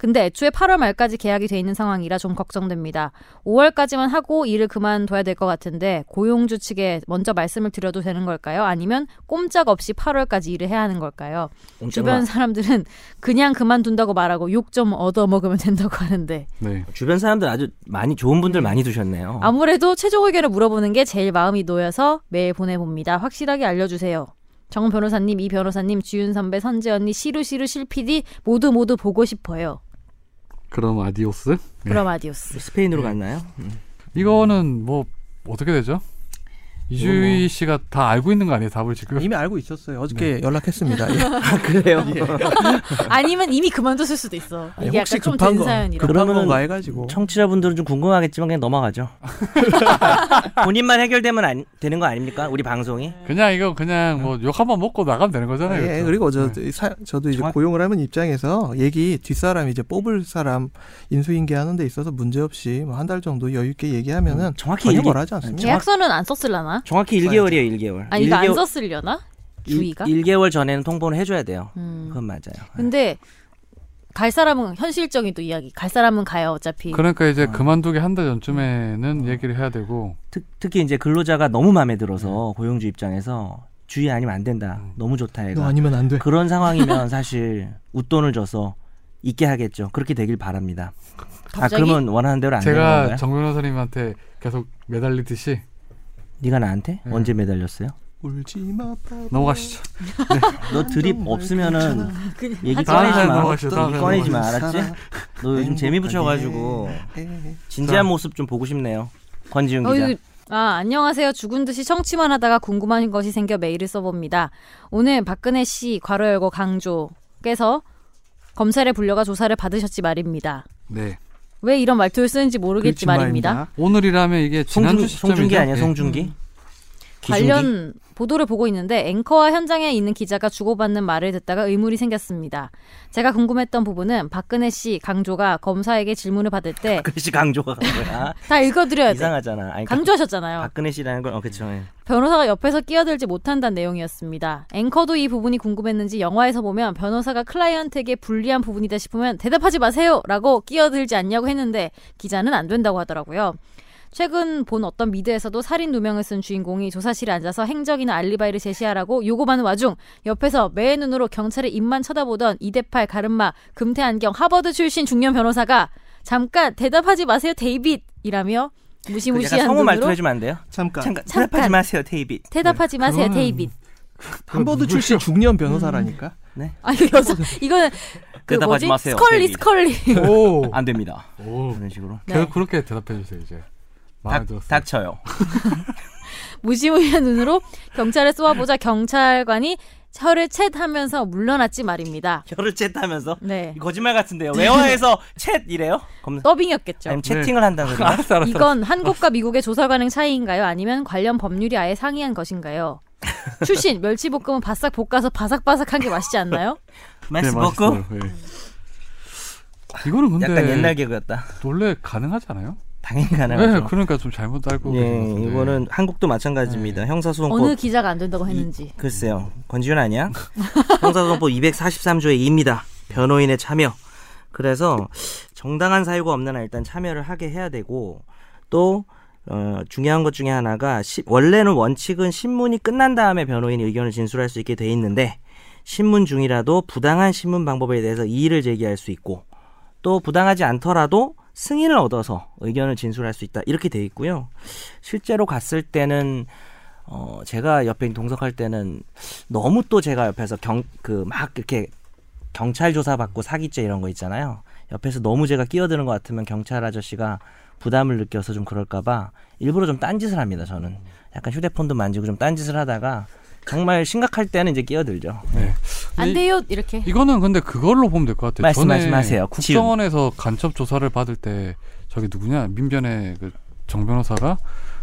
Speaker 3: 근데 애초에 8월 말까지 계약이 돼 있는 상황이라 좀 걱정됩니다. 5월까지만 하고 일을 그만둬야 될 것 같은데 고용주 측에 먼저 말씀을 드려도 되는 걸까요? 아니면 꼼짝없이 8월까지 일을 해야 하는 걸까요? 주변 사람들은 그냥 그만둔다고 말하고 욕 좀 얻어먹으면 된다고 하는데
Speaker 1: 네.
Speaker 2: 어, 주변 사람들 아주 많이 좋은 분들 많이 두셨네요.
Speaker 3: 아무래도 최종 의견을 물어보는 게 제일 마음이 놓여서 매일 보내봅니다. 확실하게 알려주세요. 정 변호사님, 이 변호사님, 주윤 선배, 선재 언니, 시루시루 실PD 모두 모두 보고 싶어요.
Speaker 1: 그럼 아디오스.
Speaker 3: 그럼 아디오스.
Speaker 2: 스페인으로 갔나요?
Speaker 1: 이거는 뭐 어떻게 되죠? 이주희 씨가 다 알고 있는 거 아니에요? 답을
Speaker 2: 예.
Speaker 1: 지금.
Speaker 4: 이미 알고 있었어요. 어저께 연락했습니다. 예.
Speaker 2: 그래요.
Speaker 3: 아니면 이미 그만뒀을 수도 있어.
Speaker 4: 아니,
Speaker 3: 이게
Speaker 4: 혹시
Speaker 3: 약간
Speaker 4: 급한
Speaker 3: 좀된
Speaker 4: 거
Speaker 3: 사연이라.
Speaker 4: 급한
Speaker 2: 그러면은
Speaker 4: 건가 해가지고
Speaker 2: 청취자분들은 좀 궁금하겠지만 그냥 넘어가죠. 본인만 해결되면 안- 되는 거 아닙니까? 우리 방송이?
Speaker 1: 그냥 이거 그냥 뭐 욕 한번 먹고 나가면 되는 거잖아요.
Speaker 4: 예,
Speaker 1: 그렇죠?
Speaker 4: 그리고 저
Speaker 1: 네.
Speaker 4: 사- 저도 이제
Speaker 2: 정확-
Speaker 4: 고용을 하는 입장에서 얘기 뒷사람 이제 뽑을 사람 인수인계 하는 데 있어서 문제 없이 뭐 한 달 정도 여유 있게 음, 얘기하면은 네,
Speaker 2: 정확히
Speaker 4: 전혀
Speaker 2: 일,
Speaker 4: 뭐라 하지 않습니다.
Speaker 3: 계약서는 안 썼을라나?
Speaker 2: 정확히 1개월이에요, 1개월.
Speaker 3: 아니 이거 안 썼을려나? 주의가?
Speaker 2: 1개월 전에는 통보를 해줘야 돼요.
Speaker 3: 음.
Speaker 2: 그건 맞아요.
Speaker 3: 근데 갈 사람은 현실적인 또 이야기. 갈 사람은 가요 어차피.
Speaker 1: 그러니까 이제
Speaker 2: 어.
Speaker 1: 그만두기 한 달 전쯤에는 얘기를 해야 되고
Speaker 2: 특, 특히 이제 근로자가 너무 마음에 들어서 고용주 입장에서 주의 아니면 안 된다.
Speaker 3: 음.
Speaker 2: 너무 좋다
Speaker 4: 너
Speaker 2: 얘가.
Speaker 4: 아니면 안 돼.
Speaker 2: 그런 상황이면 사실 웃돈을 줘서 있게 하겠죠. 그렇게 되길 바랍니다.
Speaker 3: 갑자기?
Speaker 2: 아 그러면 원하는 대로 안 되는
Speaker 1: 제가
Speaker 2: 건가요? 네.
Speaker 1: 정 변호사님한테 계속 매달리듯이
Speaker 2: 네가 나한테
Speaker 1: 네.
Speaker 2: 언제 매달렸어요?
Speaker 4: 울지 마. 바보.
Speaker 1: 넘어가시죠.
Speaker 2: 너 드립
Speaker 4: 정말
Speaker 2: 없으면은
Speaker 4: 괜찮아.
Speaker 3: 그냥
Speaker 2: 얘기
Speaker 1: 다음
Speaker 3: 하지 마.
Speaker 2: 꺼내지
Speaker 1: 사연
Speaker 2: 마.
Speaker 1: 넘어가시죠. 다음
Speaker 2: 얘기
Speaker 1: 사연
Speaker 2: 꺼내지 마.
Speaker 1: 넘어가시죠.
Speaker 2: 알았지? 너 요즘 재미 붙여가지고
Speaker 4: 예, 예.
Speaker 2: 진지한 모습 좀 보고 싶네요. 권지훈
Speaker 3: 어,
Speaker 2: 기자.
Speaker 3: 이거 아, 안녕하세요. 죽은 듯이 청취만 하다가 궁금한 것이 생겨 메일을 써봅니다. 오늘 박근혜 씨, 괄호 열고 강조께서 검찰에 불려가 조사를 받으셨지 말입니다.
Speaker 1: 네.
Speaker 3: 왜 이런 말투를 쓰는지 모르겠지 말입니다.
Speaker 1: 오늘이라면 이게 지난주
Speaker 2: 송중,
Speaker 1: 시점이죠.
Speaker 2: 송중기 아니야
Speaker 1: 예.
Speaker 2: 송중기? 기중기?
Speaker 3: 관련 보도를 보고 있는데 앵커와 현장에 있는 기자가 주고받는 말을 듣다가 의문이 생겼습니다. 제가 궁금했던 부분은 박근혜 씨 강조가 검사에게 질문을 받을 때 다
Speaker 2: 박근혜 씨 강조가 간 거야.
Speaker 3: 읽어드려야 돼.
Speaker 2: 아, 그 이상하잖아. 아니,
Speaker 3: 네.
Speaker 2: 그러니까
Speaker 3: 강조하셨잖아요.
Speaker 2: 박근혜 씨라는 건 어, 그쵸. 예.
Speaker 3: 변호사가 옆에서 끼어들지 못한다는 내용이었습니다. 앵커도 이 부분이 궁금했는지 영화에서 보면 변호사가 클라이언트에게 불리한 부분이다 싶으면 대답하지 마세요! 라고 끼어들지 않냐고 했는데 기자는 안 된다고 하더라고요. 최근 본 어떤 미드에서도 살인 누명을 쓴 주인공이 조사실에 앉아서 행적이나 알리바이를 제시하라고 요구하는 와중 옆에서 매의 눈으로 경찰의 입만 쳐다보던 이대팔 가르마 금태 안경 하버드 출신 중년 변호사가 잠깐 대답하지 마세요 데이빗이라며
Speaker 2: 그 약간
Speaker 3: 무시무시한
Speaker 2: 성우 말투
Speaker 3: 눈으로
Speaker 2: 해주면 네, 안 돼요?
Speaker 1: 그러니까
Speaker 4: 잠깐.
Speaker 2: 잠깐
Speaker 3: 잠깐.
Speaker 2: 대답하지 마세요 테이비.
Speaker 3: 대답하지 마세요
Speaker 1: 그거는-
Speaker 3: 데이빗
Speaker 4: 한버드 출신 중년 변호사라니까.
Speaker 3: 아 이거 여자 이거는 그
Speaker 2: 어, 네. 대답하지
Speaker 3: 뭐지
Speaker 2: 마세요,
Speaker 3: 스컬리
Speaker 2: 데이빗.
Speaker 3: 스컬리
Speaker 1: 오. 아,
Speaker 2: 안 됩니다.
Speaker 1: 오.
Speaker 2: 이런 식으로.
Speaker 3: 네.
Speaker 1: 계속 그렇게 대답해 주세요 이제. 마음에
Speaker 2: 닥,
Speaker 1: 들었어요.
Speaker 2: 닥쳐요.
Speaker 3: 무시무시한 눈으로 경찰을 쏘아보자 경찰관이 혀를 챗하면서 물러났지 말입니다.
Speaker 2: 혀를 챗하면서
Speaker 3: 네
Speaker 2: 거짓말 같은데요. 외화에서 챗 이래요? 검...
Speaker 3: 더빙이었겠죠.
Speaker 2: 아니면 채팅을 한다는 거
Speaker 1: 알았어 알았어.
Speaker 3: 이건 한국과 미국의 조사 관행 차이인가요? 아니면 관련 법률이 아예 상이한 것인가요? 출신 멸치볶음은 바싹 볶아서 바삭바삭한 게 맛있지 않나요?
Speaker 1: 네,
Speaker 2: 맛있 먹고
Speaker 1: 맛있어요. 예. 이거는 근데
Speaker 2: 약간 옛날 개그였다.
Speaker 1: 원래 가능하지 않아요?
Speaker 2: 당연히
Speaker 1: 네,
Speaker 2: 가능하죠.
Speaker 1: 그러니까 좀 잘못 알고
Speaker 2: 예,
Speaker 1: 계신 것 같은데. 네.
Speaker 2: 이거는 한국도 마찬가지입니다. 형사소송법
Speaker 3: 어느 기자가 안 된다고 했는지.
Speaker 2: 글쎄요. 권지윤 아니야? 형사소송법 243조의 2입니다. 변호인의 참여. 그래서 정당한 사유가 없는 한 일단 참여를 하게 해야 되고 또 어, 중요한 것 중에 하나가 시- 원래는 원칙은 신문이 끝난 다음에 변호인이 의견을 진술할 수 있게 돼 있는데 신문 중이라도 부당한 신문 방법에 대해서 이의를 제기할 수 있고 또 부당하지 않더라도 승인을 얻어서 의견을 진술할 수 있다 이렇게 돼 있고요. 실제로 갔을 때는 어, 제가 옆에 동석할 때는 너무 또 제가 옆에서 경, 그, 막 이렇게 경찰 조사받고 사기죄 이런 거 있잖아요. 옆에서 너무 제가 끼어드는 것 같으면 경찰 아저씨가 부담을 느껴서 좀 그럴까봐 일부러 좀 딴짓을 합니다, 저는. 약간 휴대폰도 만지고 좀 딴짓을 하다가 정말 심각할 때는 이제 끼어들죠.
Speaker 3: 안 돼요 이렇게.
Speaker 1: 이거는 근데 그걸로 보면 될 것 같아요.
Speaker 2: 말씀,
Speaker 1: 전에
Speaker 2: 말씀하세요. 국지훈.
Speaker 1: 국정원에서 간첩 조사를 받을 때 저기 누구냐 민변의 그정 변호사가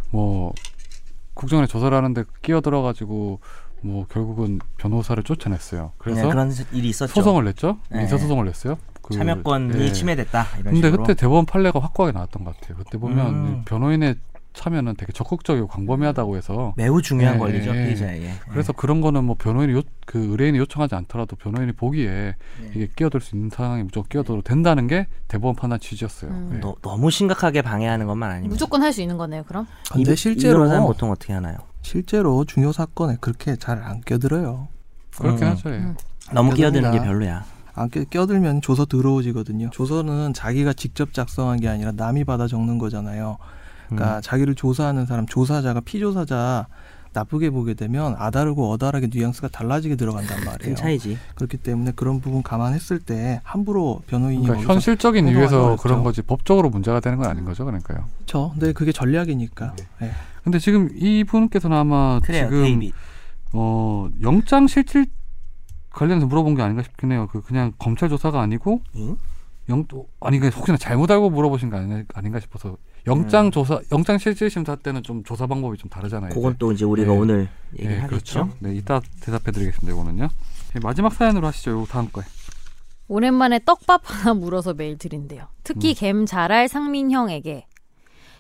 Speaker 1: 뭐 국정원에 조사를 하는데 끼어들어 가지고 뭐 결국은 변호사를 쫓아냈어요. 그래서
Speaker 2: 네, 그런 일이 있었죠.
Speaker 1: 소송을 냈죠.
Speaker 2: 네.
Speaker 1: 민사 소송을 냈어요. 그-
Speaker 2: 참여권이
Speaker 1: 예.
Speaker 2: 침해됐다. 이런
Speaker 1: 근데
Speaker 2: 식으로.
Speaker 1: 그때 대법원 판례가 확고하게 나왔던 것 같아요. 그때 보면
Speaker 2: 음.
Speaker 1: 변호인의 참여는 되게 적극적이고 광범위하다고 해서
Speaker 2: 매우 중요한
Speaker 1: 예,
Speaker 2: 권리죠,
Speaker 1: 예, 예.
Speaker 2: 피의자에게.
Speaker 1: 그래서 그런 거는 뭐 변호인이 요, 그 의뢰인이 요청하지 않더라도 변호인이 보기에
Speaker 2: 예.
Speaker 1: 이게 끼어들 수 있는 상황에 무조건 끼어들어도 된다는 게 대법원 판단 취지였어요.
Speaker 3: 음.
Speaker 1: 예.
Speaker 2: 너, 너무 심각하게 방해하는 것만 아니면
Speaker 3: 무조건 할 수 있는 거네요. 그럼
Speaker 4: 근데
Speaker 2: 이-
Speaker 4: 실제로
Speaker 2: 이런 사람 보통 어떻게 하나요?
Speaker 4: 실제로 중요 사건에 그렇게 잘 안 껴들어요.
Speaker 1: 그렇긴
Speaker 2: 음.
Speaker 1: 하죠. 예.
Speaker 3: 음.
Speaker 2: 너무 끼어드는 게
Speaker 4: 그렇습니다.
Speaker 2: 별로야.
Speaker 4: 안 아, 껴, 껴들면 조서 더러워지거든요. 조서는 자기가 직접 작성한 게 아니라 남이 받아 적는 거잖아요.
Speaker 1: 음.
Speaker 4: 그러니까 자기를 조사하는 사람, 조사자가 피조사자 나쁘게 보게 되면 아다르고 어다르게 뉘앙스가 달라지게 들어간단
Speaker 2: 큰
Speaker 4: 말이에요.
Speaker 2: 차이지.
Speaker 4: 그렇기 때문에 그런 부분 감안했을 때 함부로 변호인이
Speaker 1: 그러니까
Speaker 4: 거기서
Speaker 1: 현실적인
Speaker 4: 행동하기
Speaker 1: 이유에서
Speaker 4: 어렵죠.
Speaker 1: 그런 거지 법적으로 문제가 되는 건 아닌 거죠. 그러니까요.
Speaker 4: 그렇죠. 근데 그게 전략이니까.
Speaker 1: 네.
Speaker 4: 예.
Speaker 1: 근데 지금 이분께서는 아마
Speaker 2: 그래요,
Speaker 1: 지금
Speaker 2: 데이비.
Speaker 1: 어 영장 실질 관련해서 물어본 게 아닌가 싶긴 해요. 그 그냥 검찰 조사가 아니고
Speaker 2: 응?
Speaker 1: 영 어, 아니 그 혹시나 잘못 알고 물어보신 거 아니, 아닌가 싶어서 영장
Speaker 2: 음.
Speaker 1: 조사 영장 실질 심사 때는 좀 조사 방법이 좀 다르잖아요. 이제.
Speaker 2: 그건 또 이제 우리가
Speaker 1: 네.
Speaker 2: 오늘
Speaker 1: 예,
Speaker 2: 얘기하겠죠.
Speaker 1: 그렇죠. 네, 이따 대답해드리겠습니다. 이거는요. 예, 마지막 사연으로 하시죠. 요 다음 거에.
Speaker 3: 오랜만에 떡밥 하나 물어서 메일 드린대요. 특히 갬 잘할 상민형에게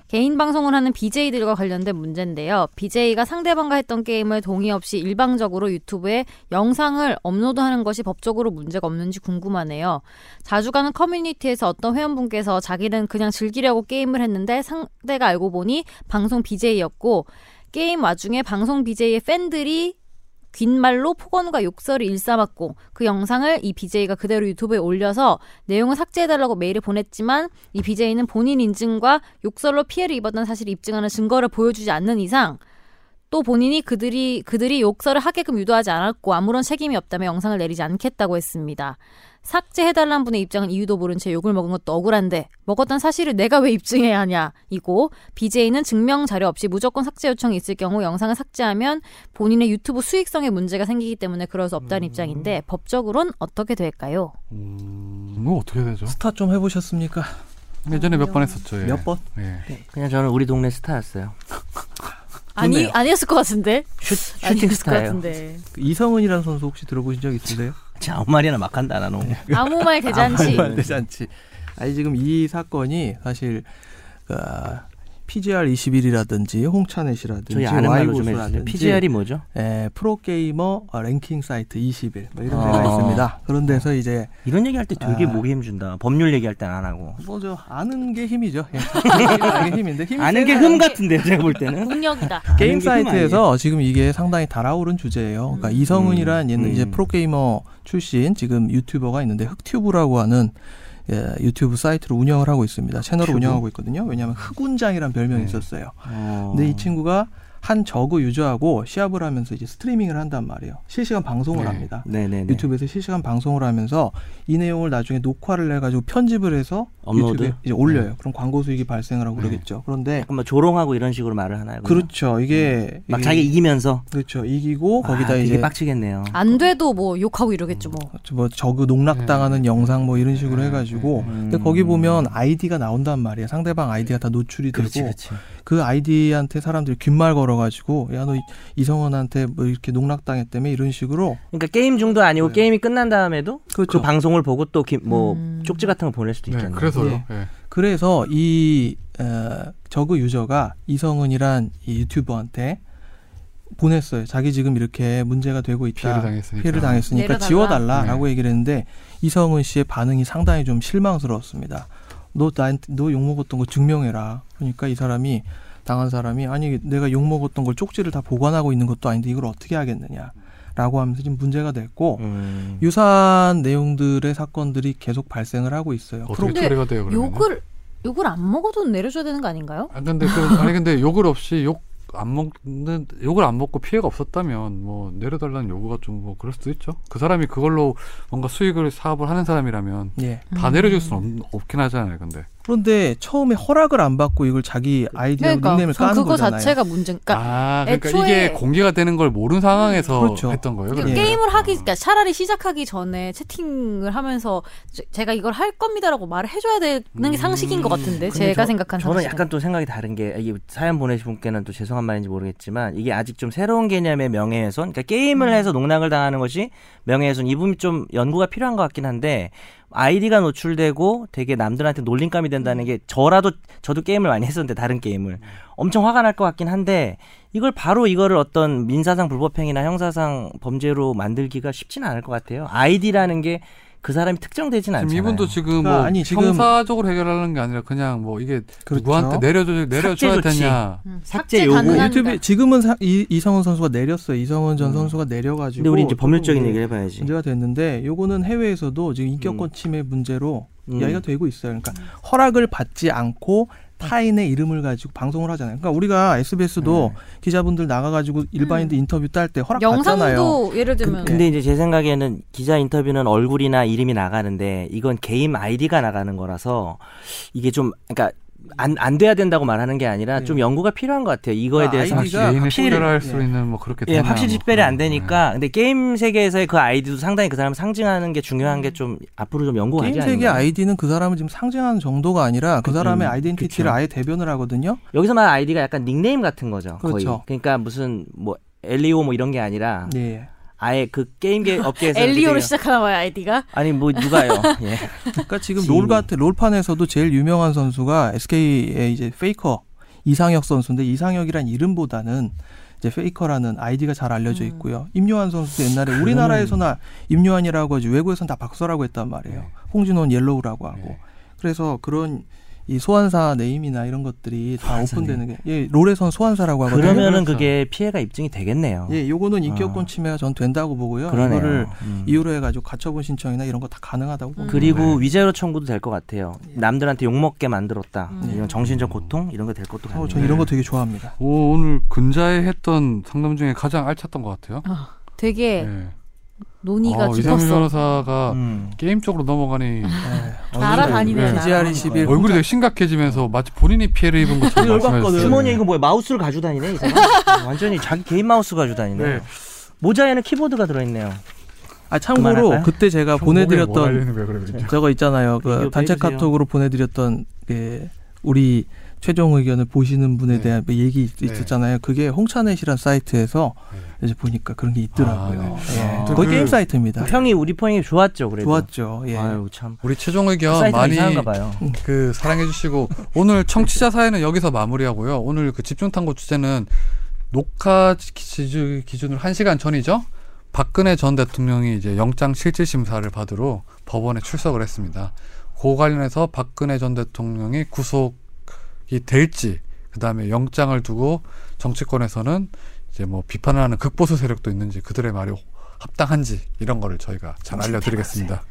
Speaker 3: 개인 방송을 하는 BJ들과 관련된 문제인데요. BJ가 상대방과 했던 게임을 동의 없이 일방적으로 유튜브에 영상을 업로드하는 것이 법적으로 문제가 없는지 궁금하네요. 자주 가는 커뮤니티에서 어떤 회원분께서 자기는 그냥 즐기려고 게임을 했는데 상대가 알고 보니 방송 BJ였고 게임 와중에 방송 BJ의 팬들이 귓말로 폭언과 욕설을 일삼았고 그 영상을 이 BJ가 그대로 유튜브에 올려서 내용을 삭제해달라고 메일을 보냈지만 이 BJ는 본인 인증과 욕설로 피해를 입었던 사실을 입증하는 증거를 보여주지 않는 이상 또 본인이 그들이 그들이 욕설을 하게끔 유도하지 않았고 아무런 책임이 없다며 영상을 내리지 않겠다고 했습니다. 삭제해달라는 분의 입장은 이유도 모른 채 욕을 먹은 것도 억울한데 먹었던 사실을 내가 왜 입증해야 하냐 이고 BJ는 증명 자료 없이 무조건 삭제 요청이 있을 경우 영상을 삭제하면 본인의 유튜브 수익성에 문제가 생기기 때문에 그럴 수 없다는 입장인데 법적으론 어떻게 될까요?
Speaker 1: 이거 어떻게 되죠?
Speaker 4: 스타 좀 해보셨습니까?
Speaker 1: 예전에 몇 번 했었죠. 예.
Speaker 4: 몇 번?
Speaker 1: 예.
Speaker 2: 그냥 저는 우리 동네 스타였어요.
Speaker 3: 아니 아니었을 것 같은데
Speaker 2: 슈,
Speaker 3: 아니었을
Speaker 2: 슈팅
Speaker 3: 것
Speaker 2: 스타예요.
Speaker 3: 같은데
Speaker 4: 그 이성은이라는 선수 혹시 들어보신 적 있으세요?
Speaker 2: 자, 아무 말이나 막 한다 나
Speaker 4: 네.
Speaker 2: 너무.
Speaker 3: 아무 말 대잔치
Speaker 4: 안 되지 않지. 아니 지금 이 사건이 사실 그, 아, PGR 21이라든지 홍차넷이라든지
Speaker 2: 저희
Speaker 4: 네.
Speaker 2: 아는 말로 좀 해주세요.
Speaker 4: 와이구스라든지
Speaker 2: PGR이 뭐죠?
Speaker 4: 에, 프로게이머 어, 랭킹 사이트 20일 뭐 이런
Speaker 2: 아.
Speaker 4: 데가 있습니다. 그런 데서 이제
Speaker 2: 이런 얘기할 때 되게
Speaker 4: 아.
Speaker 2: 목이 힘준다. 법률 얘기할 땐 안 하고.
Speaker 4: 뭐죠 아는 게 힘이죠. 예, 아는 게 힘인데 힘이
Speaker 2: 아는
Speaker 4: 세요.
Speaker 2: 게 흠 같은데요, 제가 볼 때는.
Speaker 3: 능력이다.
Speaker 4: 게임
Speaker 2: 아는 게흠
Speaker 4: 사이트에서 지금 이게 상당히 달아오른 주제예요. 그러니까
Speaker 3: 음.
Speaker 4: 이성은이란 얘는
Speaker 2: 음.
Speaker 4: 이제 프로게이머 출신 지금 유튜버가 있는데 흑튜브라고 하는 예, 유튜브 사이트를 운영을 하고 있습니다. 채널을
Speaker 2: 흑튜브?
Speaker 4: 운영하고 있거든요. 왜냐하면 흑운장이란 별명이
Speaker 1: 네.
Speaker 4: 있었어요.
Speaker 2: 어.
Speaker 4: 근데 이 친구가 한 저그 유저하고 시합을 하면서 이제 스트리밍을 한단 말이에요. 실시간 방송을
Speaker 1: 네.
Speaker 4: 합니다.
Speaker 2: 네네네.
Speaker 4: 유튜브에서 실시간 방송을 하면서 이 내용을 나중에 녹화를 해가지고 편집을 해서
Speaker 2: 업로드? 네.
Speaker 4: 유튜브에 이제 올려요. 그럼 광고 수익이 발생을 하고 그러겠죠. 그런데
Speaker 2: 약간 막뭐 조롱하고 이런 식으로 말을 하나요? 그냥?
Speaker 4: 그렇죠. 이게
Speaker 2: 막
Speaker 4: 이게-
Speaker 2: 자기 이기면서
Speaker 4: 그렇죠. 이기고 거기다
Speaker 2: 아,
Speaker 4: 이제
Speaker 2: 되게 빡치겠네요.
Speaker 3: 안 돼도 뭐 욕하고 이러겠죠 뭐.
Speaker 4: 뭐 저그
Speaker 2: 네.
Speaker 4: 농락당하는 영상 뭐 이런 식으로 해가지고
Speaker 2: 음.
Speaker 4: 근데 거기 보면 아이디가 나온단 말이야. 상대방 아이디가 다 노출이 되고
Speaker 2: 그렇지 그렇지.
Speaker 4: 그 아이디한테 사람들이 귓말 걸어가지고 야 너 이성원한테 뭐 이렇게 농락당했다며 이런 식으로
Speaker 2: 그러니까 게임 중도 아니고
Speaker 4: 네.
Speaker 2: 게임이 끝난 다음에도 그
Speaker 4: 그렇죠.
Speaker 2: 방송을 보고 또 뭐
Speaker 3: 음.
Speaker 2: 쪽지 같은 거 보낼 수도
Speaker 1: 네,
Speaker 2: 있잖아요.
Speaker 1: 그래서요.
Speaker 4: 예.
Speaker 1: 예.
Speaker 4: 그래서 이 어, 저그 유저가 이성은이란 이 유튜버한테 보냈어요. 자기 지금 이렇게 문제가 되고 있다.
Speaker 1: 피해를 당했으니까. 네.
Speaker 4: 피해를 당했으니까
Speaker 3: 내려달라.
Speaker 4: 지워달라라고 얘기를 했는데 이성은 씨의 반응이 상당히 좀 실망스러웠습니다. 너 나한테 너 욕 먹었던 거 증명해라. 그러니까 이 사람이 당한 사람이 아니 내가 욕 먹었던 걸 쪽지를 다 보관하고 있는 것도 아닌데 이걸 어떻게 하겠느냐라고 하면서 지금 문제가 됐고
Speaker 2: 음.
Speaker 4: 유사한 내용들의 사건들이 계속 발생을 하고 있어요.
Speaker 1: 어떻게
Speaker 3: 근데
Speaker 1: 처리가 돼요 그러면?
Speaker 3: 욕을 욕을 안 먹어도 내려줘야 되는 거 아닌가요?
Speaker 1: 아 근데 그 아니 근데 욕을 없이 욕 안 먹는 욕을 안 먹고 피해가 없었다면 뭐 내려달라는 요구가 좀 뭐 그럴 수도 있죠. 그 사람이 그걸로 뭔가 수익을 사업을 하는 사람이라면
Speaker 4: 예.
Speaker 1: 다
Speaker 3: 음.
Speaker 1: 내려줄 수는 없, 없긴 하잖아요. 근데
Speaker 4: 그런데 처음에 허락을 안 받고 이걸 자기 아이디어
Speaker 3: 그러니까
Speaker 4: 닉네임을
Speaker 3: 전
Speaker 4: 까는
Speaker 3: 그거
Speaker 4: 거잖아요.
Speaker 3: 자체가 문제. 그러니까
Speaker 1: 아 그러니까
Speaker 3: 애초에-
Speaker 1: 이게 공개가 되는 걸 모르는 상황에서
Speaker 4: 그렇죠.
Speaker 1: 했던 거예요.
Speaker 3: 그러니까
Speaker 1: 그러면?
Speaker 3: 게임을 하기 그러니까 차라리 시작하기 전에 채팅을 하면서 제- 제가 이걸 할 겁니다라고 말을 해줘야 되는 게 상식인 것 같은데
Speaker 2: 근데
Speaker 3: 제가
Speaker 2: 저-
Speaker 3: 생각한
Speaker 2: 저는
Speaker 3: 상식.
Speaker 2: 약간 또 생각이 다른 게 이게 사연 보내신 분께는 또 죄송한 말인지 모르겠지만 이게 아직 좀 새로운 개념의 명예훼손 그러니까 게임을 해서 농락을 당하는 것이 명예훼손 이 부분이 좀 연구가 필요한 것 같긴 한데 아이디가 노출되고 되게 남들한테 놀림감이 된다는 게 저라도 저도 게임을 많이 했었는데 다른 게임을 엄청 화가 날 것 같긴 한데 이걸 바로 이거를 어떤 민사상 불법행위나 형사상 범죄로 만들기가 쉽지는 않을 것 같아요 아이디라는 게 그 사람이 특정되진 않잖아요
Speaker 1: 지금 이분도 지금
Speaker 4: 그러니까
Speaker 1: 뭐
Speaker 4: 아니, 지금-
Speaker 1: 형사적으로 해결하는 게 아니라 그냥 뭐 이게
Speaker 4: 그렇죠.
Speaker 1: 누구한테 내려줘 내려줘야
Speaker 2: 삭제 조치.
Speaker 1: 되냐. 아,
Speaker 3: 음,
Speaker 2: 삭제
Speaker 3: 삭제
Speaker 2: 요구.
Speaker 4: 뭐
Speaker 3: 가능합니다.
Speaker 4: 유튜브 지금은 사- 이, 이성훈 선수가 내렸어요. 이성훈 전 선수가 내려가지고.
Speaker 2: 음. 근데 우리 이제 법률적인
Speaker 4: 조금
Speaker 2: 얘기를 해봐야지
Speaker 4: 문제가 됐는데 요거는 해외에서도 지금 인격권 침해 문제로
Speaker 2: 음.
Speaker 4: 이야기가 되고 있어요. 그러니까 허락을 받지 않고 타인의 이름을 가지고 방송을 하잖아요. 그러니까 우리가 SBS도
Speaker 2: 네.
Speaker 4: 기자분들 나가가지고 일반인들 인터뷰 딸 때 허락
Speaker 3: 음.
Speaker 4: 받잖아요.
Speaker 3: 영상도 예를 들면
Speaker 4: 네.
Speaker 2: 근데 이제 제 생각에는 기자 인터뷰는 얼굴이나 이름이 나가는데 이건 개인 아이디가 나가는 거라서 이게 좀 그러니까 안, 안 돼야 된다고 말하는 게 아니라 좀 연구가 필요한 것 같아요. 이거에
Speaker 4: 네. 아,
Speaker 2: 대해서
Speaker 4: 아이디가 네.
Speaker 1: 개인을
Speaker 2: 확실히-
Speaker 1: 식별할 수
Speaker 4: 예.
Speaker 1: 있는 뭐 그렇게
Speaker 2: 예,
Speaker 1: 되냐,
Speaker 2: 확실히
Speaker 1: 뭐
Speaker 2: 식별이
Speaker 1: 그런-
Speaker 2: 안 되니까 근데 게임 세계에서의 그 아이디도 상당히 그 사람 상징하는 게 중요한 게 좀 앞으로 좀 연구가
Speaker 4: 음. 게임
Speaker 2: 되지
Speaker 4: 세계
Speaker 2: 않나.
Speaker 4: 아이디는 그 사람을 지금 상징하는 정도가 아니라 그 사람의
Speaker 2: 음,
Speaker 4: 아이덴티티를
Speaker 2: 그쵸.
Speaker 4: 아예 대변을 하거든요.
Speaker 2: 여기서 말하는 아이디가 약간 닉네임 같은 거죠. 거의.
Speaker 4: 그렇죠.
Speaker 2: 그러니까 무슨 뭐 엘리오 뭐 이런 게 아니라
Speaker 4: 예.
Speaker 2: 아예 그 게임계 업계에서
Speaker 3: 엘리오로
Speaker 2: 되게-
Speaker 3: 시작하나 봐요 아이디가.
Speaker 2: 아니 뭐 누가요? 예.
Speaker 4: 그러니까 지금
Speaker 2: 지인이.
Speaker 4: 롤 같은 롤판에서도 제일 유명한 선수가 SK의 이제 페이커 이상혁 선수인데 이상혁이란 이름보다는 이제 페이커라는 아이디가 잘 알려져
Speaker 2: 음.
Speaker 4: 있고요. 임요한 선수도 옛날에 우리나라에서나 임요한이라고 하지 외국에서는 다 박서라고 했단 말이에요.
Speaker 1: 네.
Speaker 4: 홍진호는 옐로우라고 하고.
Speaker 1: 네.
Speaker 4: 그래서 그런 이 소환사 네임이나 이런 것들이 다
Speaker 2: 소환사
Speaker 4: 오픈되는 게 예, 롤에선 소환사라고 하거든요.
Speaker 2: 그러면은
Speaker 1: 그렇죠.
Speaker 2: 그게 피해가 입증이 되겠네요.
Speaker 4: 예, 요거는
Speaker 2: 아.
Speaker 4: 인격권 침해가 전 된다고 보고요.
Speaker 2: 그러네요.
Speaker 4: 그러니까 이거를
Speaker 2: 음.
Speaker 4: 이유로 해 가지고 가처분 신청이나 이런 거 다 가능하다고 봅니다.
Speaker 2: 그리고
Speaker 1: 네.
Speaker 2: 위자료 청구도 될 것 같아요.
Speaker 4: 예.
Speaker 2: 남들한테 욕 먹게 만들었다.
Speaker 3: 음.
Speaker 2: 이런 정신적 고통 이런 거 될 것도 같네요.
Speaker 4: 네. 어, 전 이런 거 되게 좋아합니다.
Speaker 1: 뭐 오, 오늘 근자에 했던 상담 중에 가장 알찼던 것 같아요.
Speaker 3: 되게
Speaker 1: 네.
Speaker 3: 논의가
Speaker 1: 어, 이상민
Speaker 3: 깊었어.
Speaker 1: 변호사가
Speaker 2: 음.
Speaker 1: 게임 쪽으로 넘어가니
Speaker 4: 예.
Speaker 1: 네.
Speaker 3: 날아다니네. 날아다니네.
Speaker 4: TGR 21
Speaker 1: 얼굴이 되게 심각해지면서 마치 본인이 피해를 입은 것처럼
Speaker 4: 열받거든.
Speaker 1: 아, 말씀하셨어요. 네.
Speaker 2: 주머니에 이거 뭐야 마우스를 가지고 다니네 이 사람 완전히 자기 개인 마우스 가지고 다니네
Speaker 1: 네.
Speaker 2: 모자에는 키보드가 들어있네요
Speaker 4: 아 참고로
Speaker 2: 그만할까요?
Speaker 4: 그때 제가 아, 보내드렸던
Speaker 1: 거야, 그러면.
Speaker 4: 저거 있잖아요.
Speaker 2: 비디오
Speaker 4: 그 단체
Speaker 2: 해주세요.
Speaker 4: 카톡으로 보내드렸던 예, 우리 최종 의견을 보시는 분에
Speaker 1: 네.
Speaker 4: 대한 뭐 얘기 있-
Speaker 1: 네.
Speaker 4: 있었잖아요. 그게 홍차넷이란 사이트에서 이제 보니까 그런 게 있더라고요.
Speaker 1: 아,
Speaker 2: 네.
Speaker 4: 예.
Speaker 2: 아.
Speaker 4: 거의
Speaker 1: 그-
Speaker 4: 게임 사이트입니다.
Speaker 2: 평이 우리 평이 좋았죠 그래도
Speaker 4: 좋았죠. 예.
Speaker 2: 아유 참
Speaker 1: 우리 최종 의견
Speaker 2: 사이트가
Speaker 1: 많이
Speaker 2: 이상한가 봐요
Speaker 1: 그 사랑해주시고 오늘 청취자 사연은 여기서 마무리하고요. 오늘 그 집중탐구 주제는 녹화 기준 기준으로 1 시간 전이죠. 박근혜 전 대통령이 이제 영장 실질 심사를 받으러 법원에 출석을 했습니다. 그 관련해서 박근혜 전 대통령이 구속이 될지 그다음에 영장을 두고 정치권에서는 이제 뭐 비판을 하는 극보수 세력도 있는지 그들의 말이 합당한지 이런 거를 저희가 잘 알려드리겠습니다.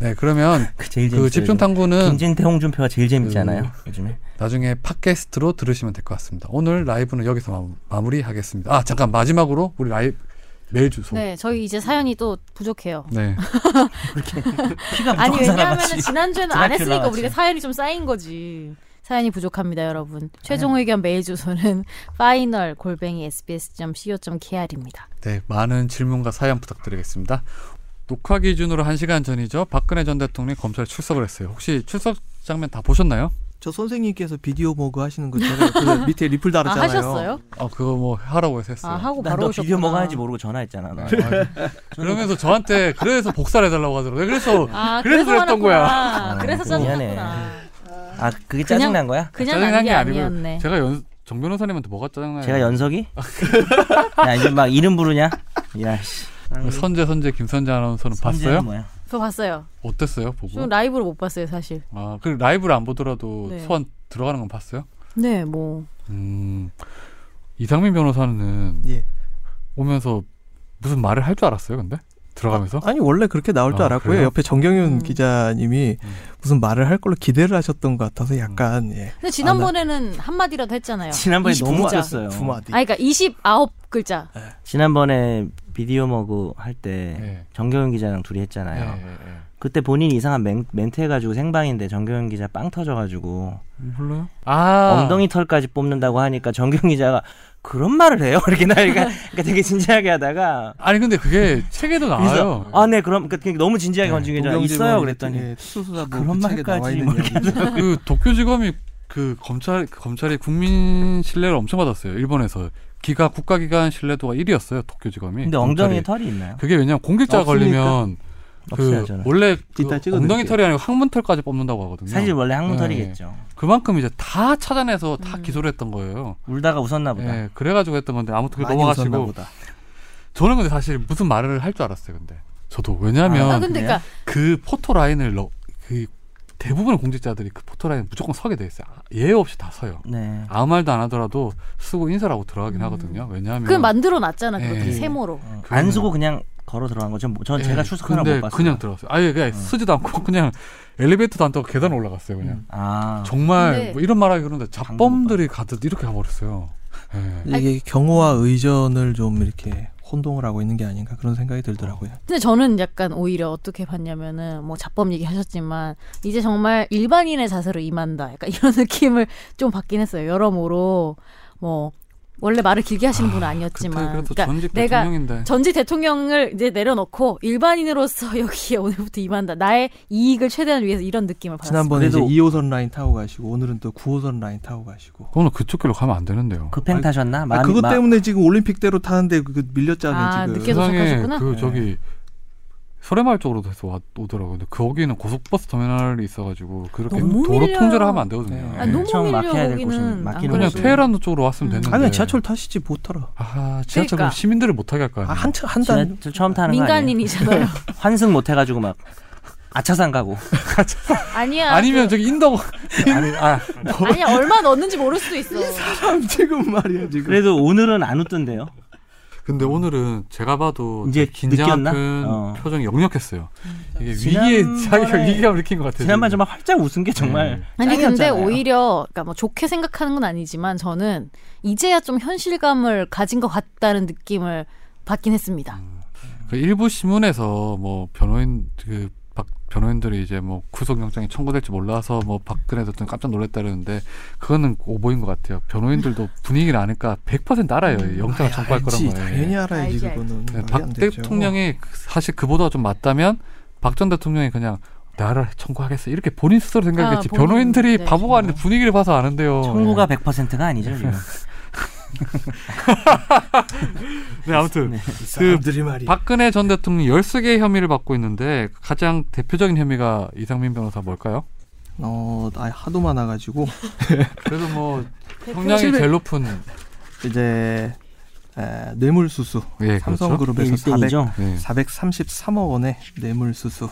Speaker 1: 네 그러면
Speaker 2: 그 제일 재밌어요
Speaker 1: 그 집중탐구는
Speaker 2: 김진태 홍준표가 제일 재밌지
Speaker 1: 그-
Speaker 2: 않아요 요즘에
Speaker 1: 나중에 팟캐스트로 들으시면 될 것 같습니다. 오늘 라이브는 여기서 마, 무리하겠습니다아 잠깐 마지막으로 우리 라이브 메일 주소.
Speaker 3: 네, 저희 이제 사연이 또 부족해요.
Speaker 1: 네.
Speaker 2: 피가
Speaker 3: 아니
Speaker 2: 무조건
Speaker 3: 왜냐하면
Speaker 2: 사람같이
Speaker 3: 지난주에는 안
Speaker 2: 드라큘라
Speaker 3: 했으니까
Speaker 2: 같이.
Speaker 3: 우리가 사연이 좀 쌓인 거지. 사연이 부족합니다, 여러분. 최종 의견 메일 주소는 final 골뱅이 sbs.co.kr입니다.
Speaker 1: 네, 많은 질문과 사연 부탁드리겠습니다. 녹화 기준으로 1시간 전이죠. 박근혜 전 대통령이 검찰 출석을 했어요. 혹시 출석 장면 다 보셨나요?
Speaker 4: 저 선생님께서 비디오 모그 하시는 거 제가 그 밑에 리플
Speaker 3: 아
Speaker 4: 달았잖아요.
Speaker 3: 하셨어요?
Speaker 1: 아, 그거 뭐 하라고 해서 했어요.
Speaker 3: 아 하고
Speaker 2: 난너
Speaker 3: 바로
Speaker 2: 비디오
Speaker 3: 오셨구나.
Speaker 2: 뭐가 하는지 모르고 전화했잖아 나.
Speaker 1: 그러면서 저한테 그래서 복사를 해달라고 하더라고요. 그래서 그래서
Speaker 3: 아 그래서
Speaker 1: 그랬던
Speaker 3: 화났구나.
Speaker 2: 아,
Speaker 3: 그래서
Speaker 2: 미안해.
Speaker 3: 짜증났구나.
Speaker 2: 아 그게
Speaker 3: 그냥-
Speaker 2: 짜증난 거야?
Speaker 3: 그냥
Speaker 1: 짜증난
Speaker 3: 난게
Speaker 1: 게 아니고요.
Speaker 3: 아니었네.
Speaker 1: 제가 연, 정 변호사님한테 뭐가 짜증나요?
Speaker 2: 제가 연석이? 야 이제 막 이름 부르냐? 야씨
Speaker 1: 선재, 선재, 김선재 아나운서는 봤어요?
Speaker 2: 뭐야?
Speaker 3: 저 봤어요.
Speaker 1: 어땠어요, 보고?
Speaker 3: 좀 라이브로 못 봤어요, 사실.
Speaker 1: 아, 그 라이브를 안 보더라도
Speaker 3: 네.
Speaker 1: 소환 들어가는 건 봤어요?
Speaker 3: 네, 뭐
Speaker 1: 음. 이상민 변호사는
Speaker 4: 예.
Speaker 1: 오면서 무슨 말을 할 줄 알았어요, 근데? 들어가면서?
Speaker 4: 아니 원래 그렇게 나올 줄
Speaker 1: 아,
Speaker 4: 알았고요.
Speaker 1: 그래요?
Speaker 4: 옆에 정경윤
Speaker 3: 음.
Speaker 4: 기자님이
Speaker 1: 음.
Speaker 4: 무슨 말을 할 걸로 기대를 하셨던 것 같아서 약간 예.
Speaker 3: 근데 지난번에는 한 마디라도 했잖아요.
Speaker 2: 지난번에 너무
Speaker 3: 진짜.
Speaker 2: 웃겼어요.
Speaker 4: 두 마디.
Speaker 3: 아, 그러니까 29 글자.
Speaker 1: 아,
Speaker 2: 지난번에 비디오 머그 할 때
Speaker 1: 네.
Speaker 2: 정경윤 기자랑 둘이 했잖아요. 그때 본인이 이상한 멘, 멘트 해가지고 생방인데 정경윤 기자 빵 터져가지고
Speaker 1: 몰라요? 아.
Speaker 2: 엉덩이 털까지 뽑는다고 하니까 정경윤 기자가 그런 말을 해요? 이렇게 나 그러니까, 그러니까 되게 진지하게 하다가
Speaker 1: 아니, 근데 그게 책에도 나와요.
Speaker 2: 아 네 그럼 그러니까 너무
Speaker 1: 네.
Speaker 2: 진지하게 건중기자 있어요 그랬더니
Speaker 4: 예,
Speaker 2: 아,
Speaker 4: 수수사
Speaker 2: 그런 말까지 뭐
Speaker 1: 그 도쿄지검이 그 검찰, 그 검찰이 국민 신뢰를 엄청 받았어요, 일본에서. 기가, 국가기관 신뢰도가 1위였어요, 도쿄지검이.
Speaker 2: 근데 엉덩이에 털이 있나요?
Speaker 1: 그게 왜냐면 공격자가
Speaker 4: 없으니까.
Speaker 1: 걸리면
Speaker 2: 없어요
Speaker 1: 네. 그
Speaker 2: 저는
Speaker 1: 원래 그
Speaker 4: 이따 찍어드릴게요.
Speaker 1: 엉덩이 털이 아니고 항문털까지 뽑는다고 하거든요.
Speaker 2: 사실 원래 항문
Speaker 1: 네.
Speaker 2: 털이겠죠
Speaker 1: 그만큼 이제 다 찾아내서 다
Speaker 3: 음.
Speaker 1: 기소를 했던 거예요.
Speaker 2: 울다가 웃었나 보다
Speaker 1: 예, 그래가지고 했던 건데 아무튼
Speaker 4: 많이
Speaker 1: 넘어가시고
Speaker 4: 웃었나 보다.
Speaker 1: 저는 근데 사실 무슨 말을 할 줄 알았어요. 근데 저도 왜냐하면
Speaker 3: 아,
Speaker 2: 그냥-
Speaker 3: 근데 그러니까
Speaker 1: 그 포토 라인을 넣, 그 대부분의 공직자들이 그 포토 라인 무조건 서게 돼 있어요. 아, 예외 없이 다 서요.
Speaker 2: 네
Speaker 1: 아무 말도 안 하더라도 쓰고 인사를 하고 들어가긴
Speaker 3: 음.
Speaker 1: 하거든요. 왜냐하면
Speaker 3: 그 만들어 놨잖아, 그것도
Speaker 1: 예.
Speaker 3: 세모로.
Speaker 2: 어,
Speaker 1: 그거는-
Speaker 2: 안 쓰고 그냥 걸어 들어간 거죠 뭐 전
Speaker 1: 예,
Speaker 2: 제가 출석하나 못
Speaker 1: 근데
Speaker 2: 봤어요
Speaker 1: 그냥 들어갔어요. 아예 그냥
Speaker 2: 음.
Speaker 1: 쓰지도 않고 그냥 엘리베이터도 안 타고 계단 올라갔어요. 그냥
Speaker 4: 음.
Speaker 2: 아
Speaker 1: 정말
Speaker 3: 근데-
Speaker 1: 뭐 이런 말하기 그런데 잡범들이 가듯 이렇게 가버렸어요. 예.
Speaker 4: 이게 경호와 의전을 좀 이렇게 혼동을 하고 있는 게 아닌가 그런 생각이 들더라고요.
Speaker 3: 근데 저는 약간 오히려 어떻게 봤냐면은 뭐 자법 얘기하셨지만 이제 정말 일반인의 자세로 임한다. 약간 이런 느낌을 좀 받긴 했어요. 여러모로 뭐 원래 말을 길게 하시는 분은
Speaker 1: 그때
Speaker 3: 아니었지만
Speaker 1: 그래도
Speaker 3: 그러니까
Speaker 1: 전직
Speaker 3: 내가
Speaker 1: 대통령인데
Speaker 3: 전직 대통령을 이제 내려놓고 일반인으로서 여기에 오늘부터 임한다. 나의 이익을 최대한 위해서 이런 느낌을 받았어요.
Speaker 4: 지난번에 이제
Speaker 2: 그래도-
Speaker 4: 2호선 라인 타고 가시고 오늘은 또 9호선 라인 타고 가시고.
Speaker 1: 그거는 그쪽 길로 가면 안 되는데요.
Speaker 2: 급행
Speaker 4: 아니,
Speaker 2: 타셨나?
Speaker 4: 아,
Speaker 2: 마음이
Speaker 4: 그것
Speaker 2: 마-
Speaker 4: 때문에 지금 올림픽대로 타는데 그 밀렸잖아요
Speaker 3: 아,
Speaker 4: 지금.
Speaker 3: 늦게-
Speaker 1: 세상에
Speaker 3: 도착하셨구나?
Speaker 1: 그
Speaker 4: 네.
Speaker 1: 저기 설해마을 쪽으로도 해서 와- 오더라고요. 근데 거기는 고속버스 터미널이 있어가지고 그렇게
Speaker 3: 너무
Speaker 1: 도로
Speaker 3: 밀려요.
Speaker 1: 통제를 하면 안 되거든요.
Speaker 4: 네.
Speaker 3: 아,
Speaker 1: 예.
Speaker 3: 너무
Speaker 2: 엄청
Speaker 3: 밀려
Speaker 2: 막혀야 될
Speaker 3: 거기는
Speaker 2: 곳은
Speaker 3: 안
Speaker 2: 막히는
Speaker 3: 그래요.
Speaker 1: 그냥
Speaker 2: 그래서-
Speaker 1: 테헤란도 쪽으로 왔으면
Speaker 3: 음.
Speaker 1: 됐는데.
Speaker 4: 아 그냥 지하철 타시지 못 타라.
Speaker 1: 아 지하철
Speaker 3: 그러니까.
Speaker 1: 시민들을 못 타게 할 거
Speaker 4: 아,
Speaker 1: 아니에요.
Speaker 4: 한참 한 단.
Speaker 2: 지난주 처음 타는 거 아니에요?
Speaker 3: 민간인이잖아요.
Speaker 2: 환승 못 해가지고 막 아차산 가고.
Speaker 3: 아니야.
Speaker 1: 아니면
Speaker 3: 그,
Speaker 1: 저기 인도
Speaker 2: 아니, 아,
Speaker 3: 아니야 얼마 넣었는지 모를 수도 있어.
Speaker 4: 참 지금 말이야 지금.
Speaker 2: 그래도 오늘은 안 웃던데요.
Speaker 1: 근데 오늘은 제가 봐도
Speaker 2: 이제
Speaker 1: 긴장
Speaker 2: 느꼈나?
Speaker 1: 큰
Speaker 2: 어.
Speaker 1: 표정이 역력했어요.
Speaker 3: 음.
Speaker 1: 이게 위기에
Speaker 2: 지난번에-
Speaker 1: 자기가 위기감을 느낀 것 같아요.
Speaker 2: 지난번
Speaker 1: 지금.
Speaker 2: 정말 활짝 웃은 게 정말.
Speaker 3: 아니 근데
Speaker 2: 짱이었잖아요.
Speaker 3: 오히려 그러니까 뭐 좋게 생각하는 건 아니지만 저는 이제야 좀 현실감을 가진 것 같다는 느낌을 받긴 했습니다.
Speaker 1: 그 일부 신문에서 뭐 변호인 그 박 변호인들이 이제 뭐 구속영장이 청구될지 몰라서 뭐 박근혜 대통령 깜짝 놀랐다는데 그거는 오보인 것 같아요. 변호인들도 분위기를 아니까 100% 알아요. 영장을
Speaker 4: 아이,
Speaker 1: 청구할 거란
Speaker 4: 알지.
Speaker 1: 거예요.
Speaker 4: 당연히 알아야지
Speaker 3: 알지,
Speaker 4: 그거는.
Speaker 1: 네,
Speaker 4: 말이
Speaker 1: 박
Speaker 4: 안 되죠.
Speaker 1: 대통령이 그- 사실 그보다 좀 맞다면 박 전 대통령이 그냥 나를 청구하겠어 이렇게 본인 스스로 생각했지
Speaker 3: 아, 본인,
Speaker 1: 변호인들이
Speaker 3: 네.
Speaker 1: 바보가 아닌데 분위기를 봐서 아는데요.
Speaker 2: 청구가 100%가 아니죠, 지금.
Speaker 1: 네 아무튼 그
Speaker 4: 이 사람들이 말이.
Speaker 1: 박근혜 전 대통령 13개의 혐의를 받고 있는데 가장 대표적인 혐의가 이상민 변호사 뭘까요?
Speaker 4: 어, 아 하도 많아가지고
Speaker 1: 그래도 뭐 형량이 제일 높은
Speaker 4: 이제 에, 뇌물수수.
Speaker 1: 예 그렇죠.
Speaker 4: 네, 삼성그룹에서 400,
Speaker 2: 일등이죠.
Speaker 1: 네.
Speaker 4: 433억 원의 뇌물수수.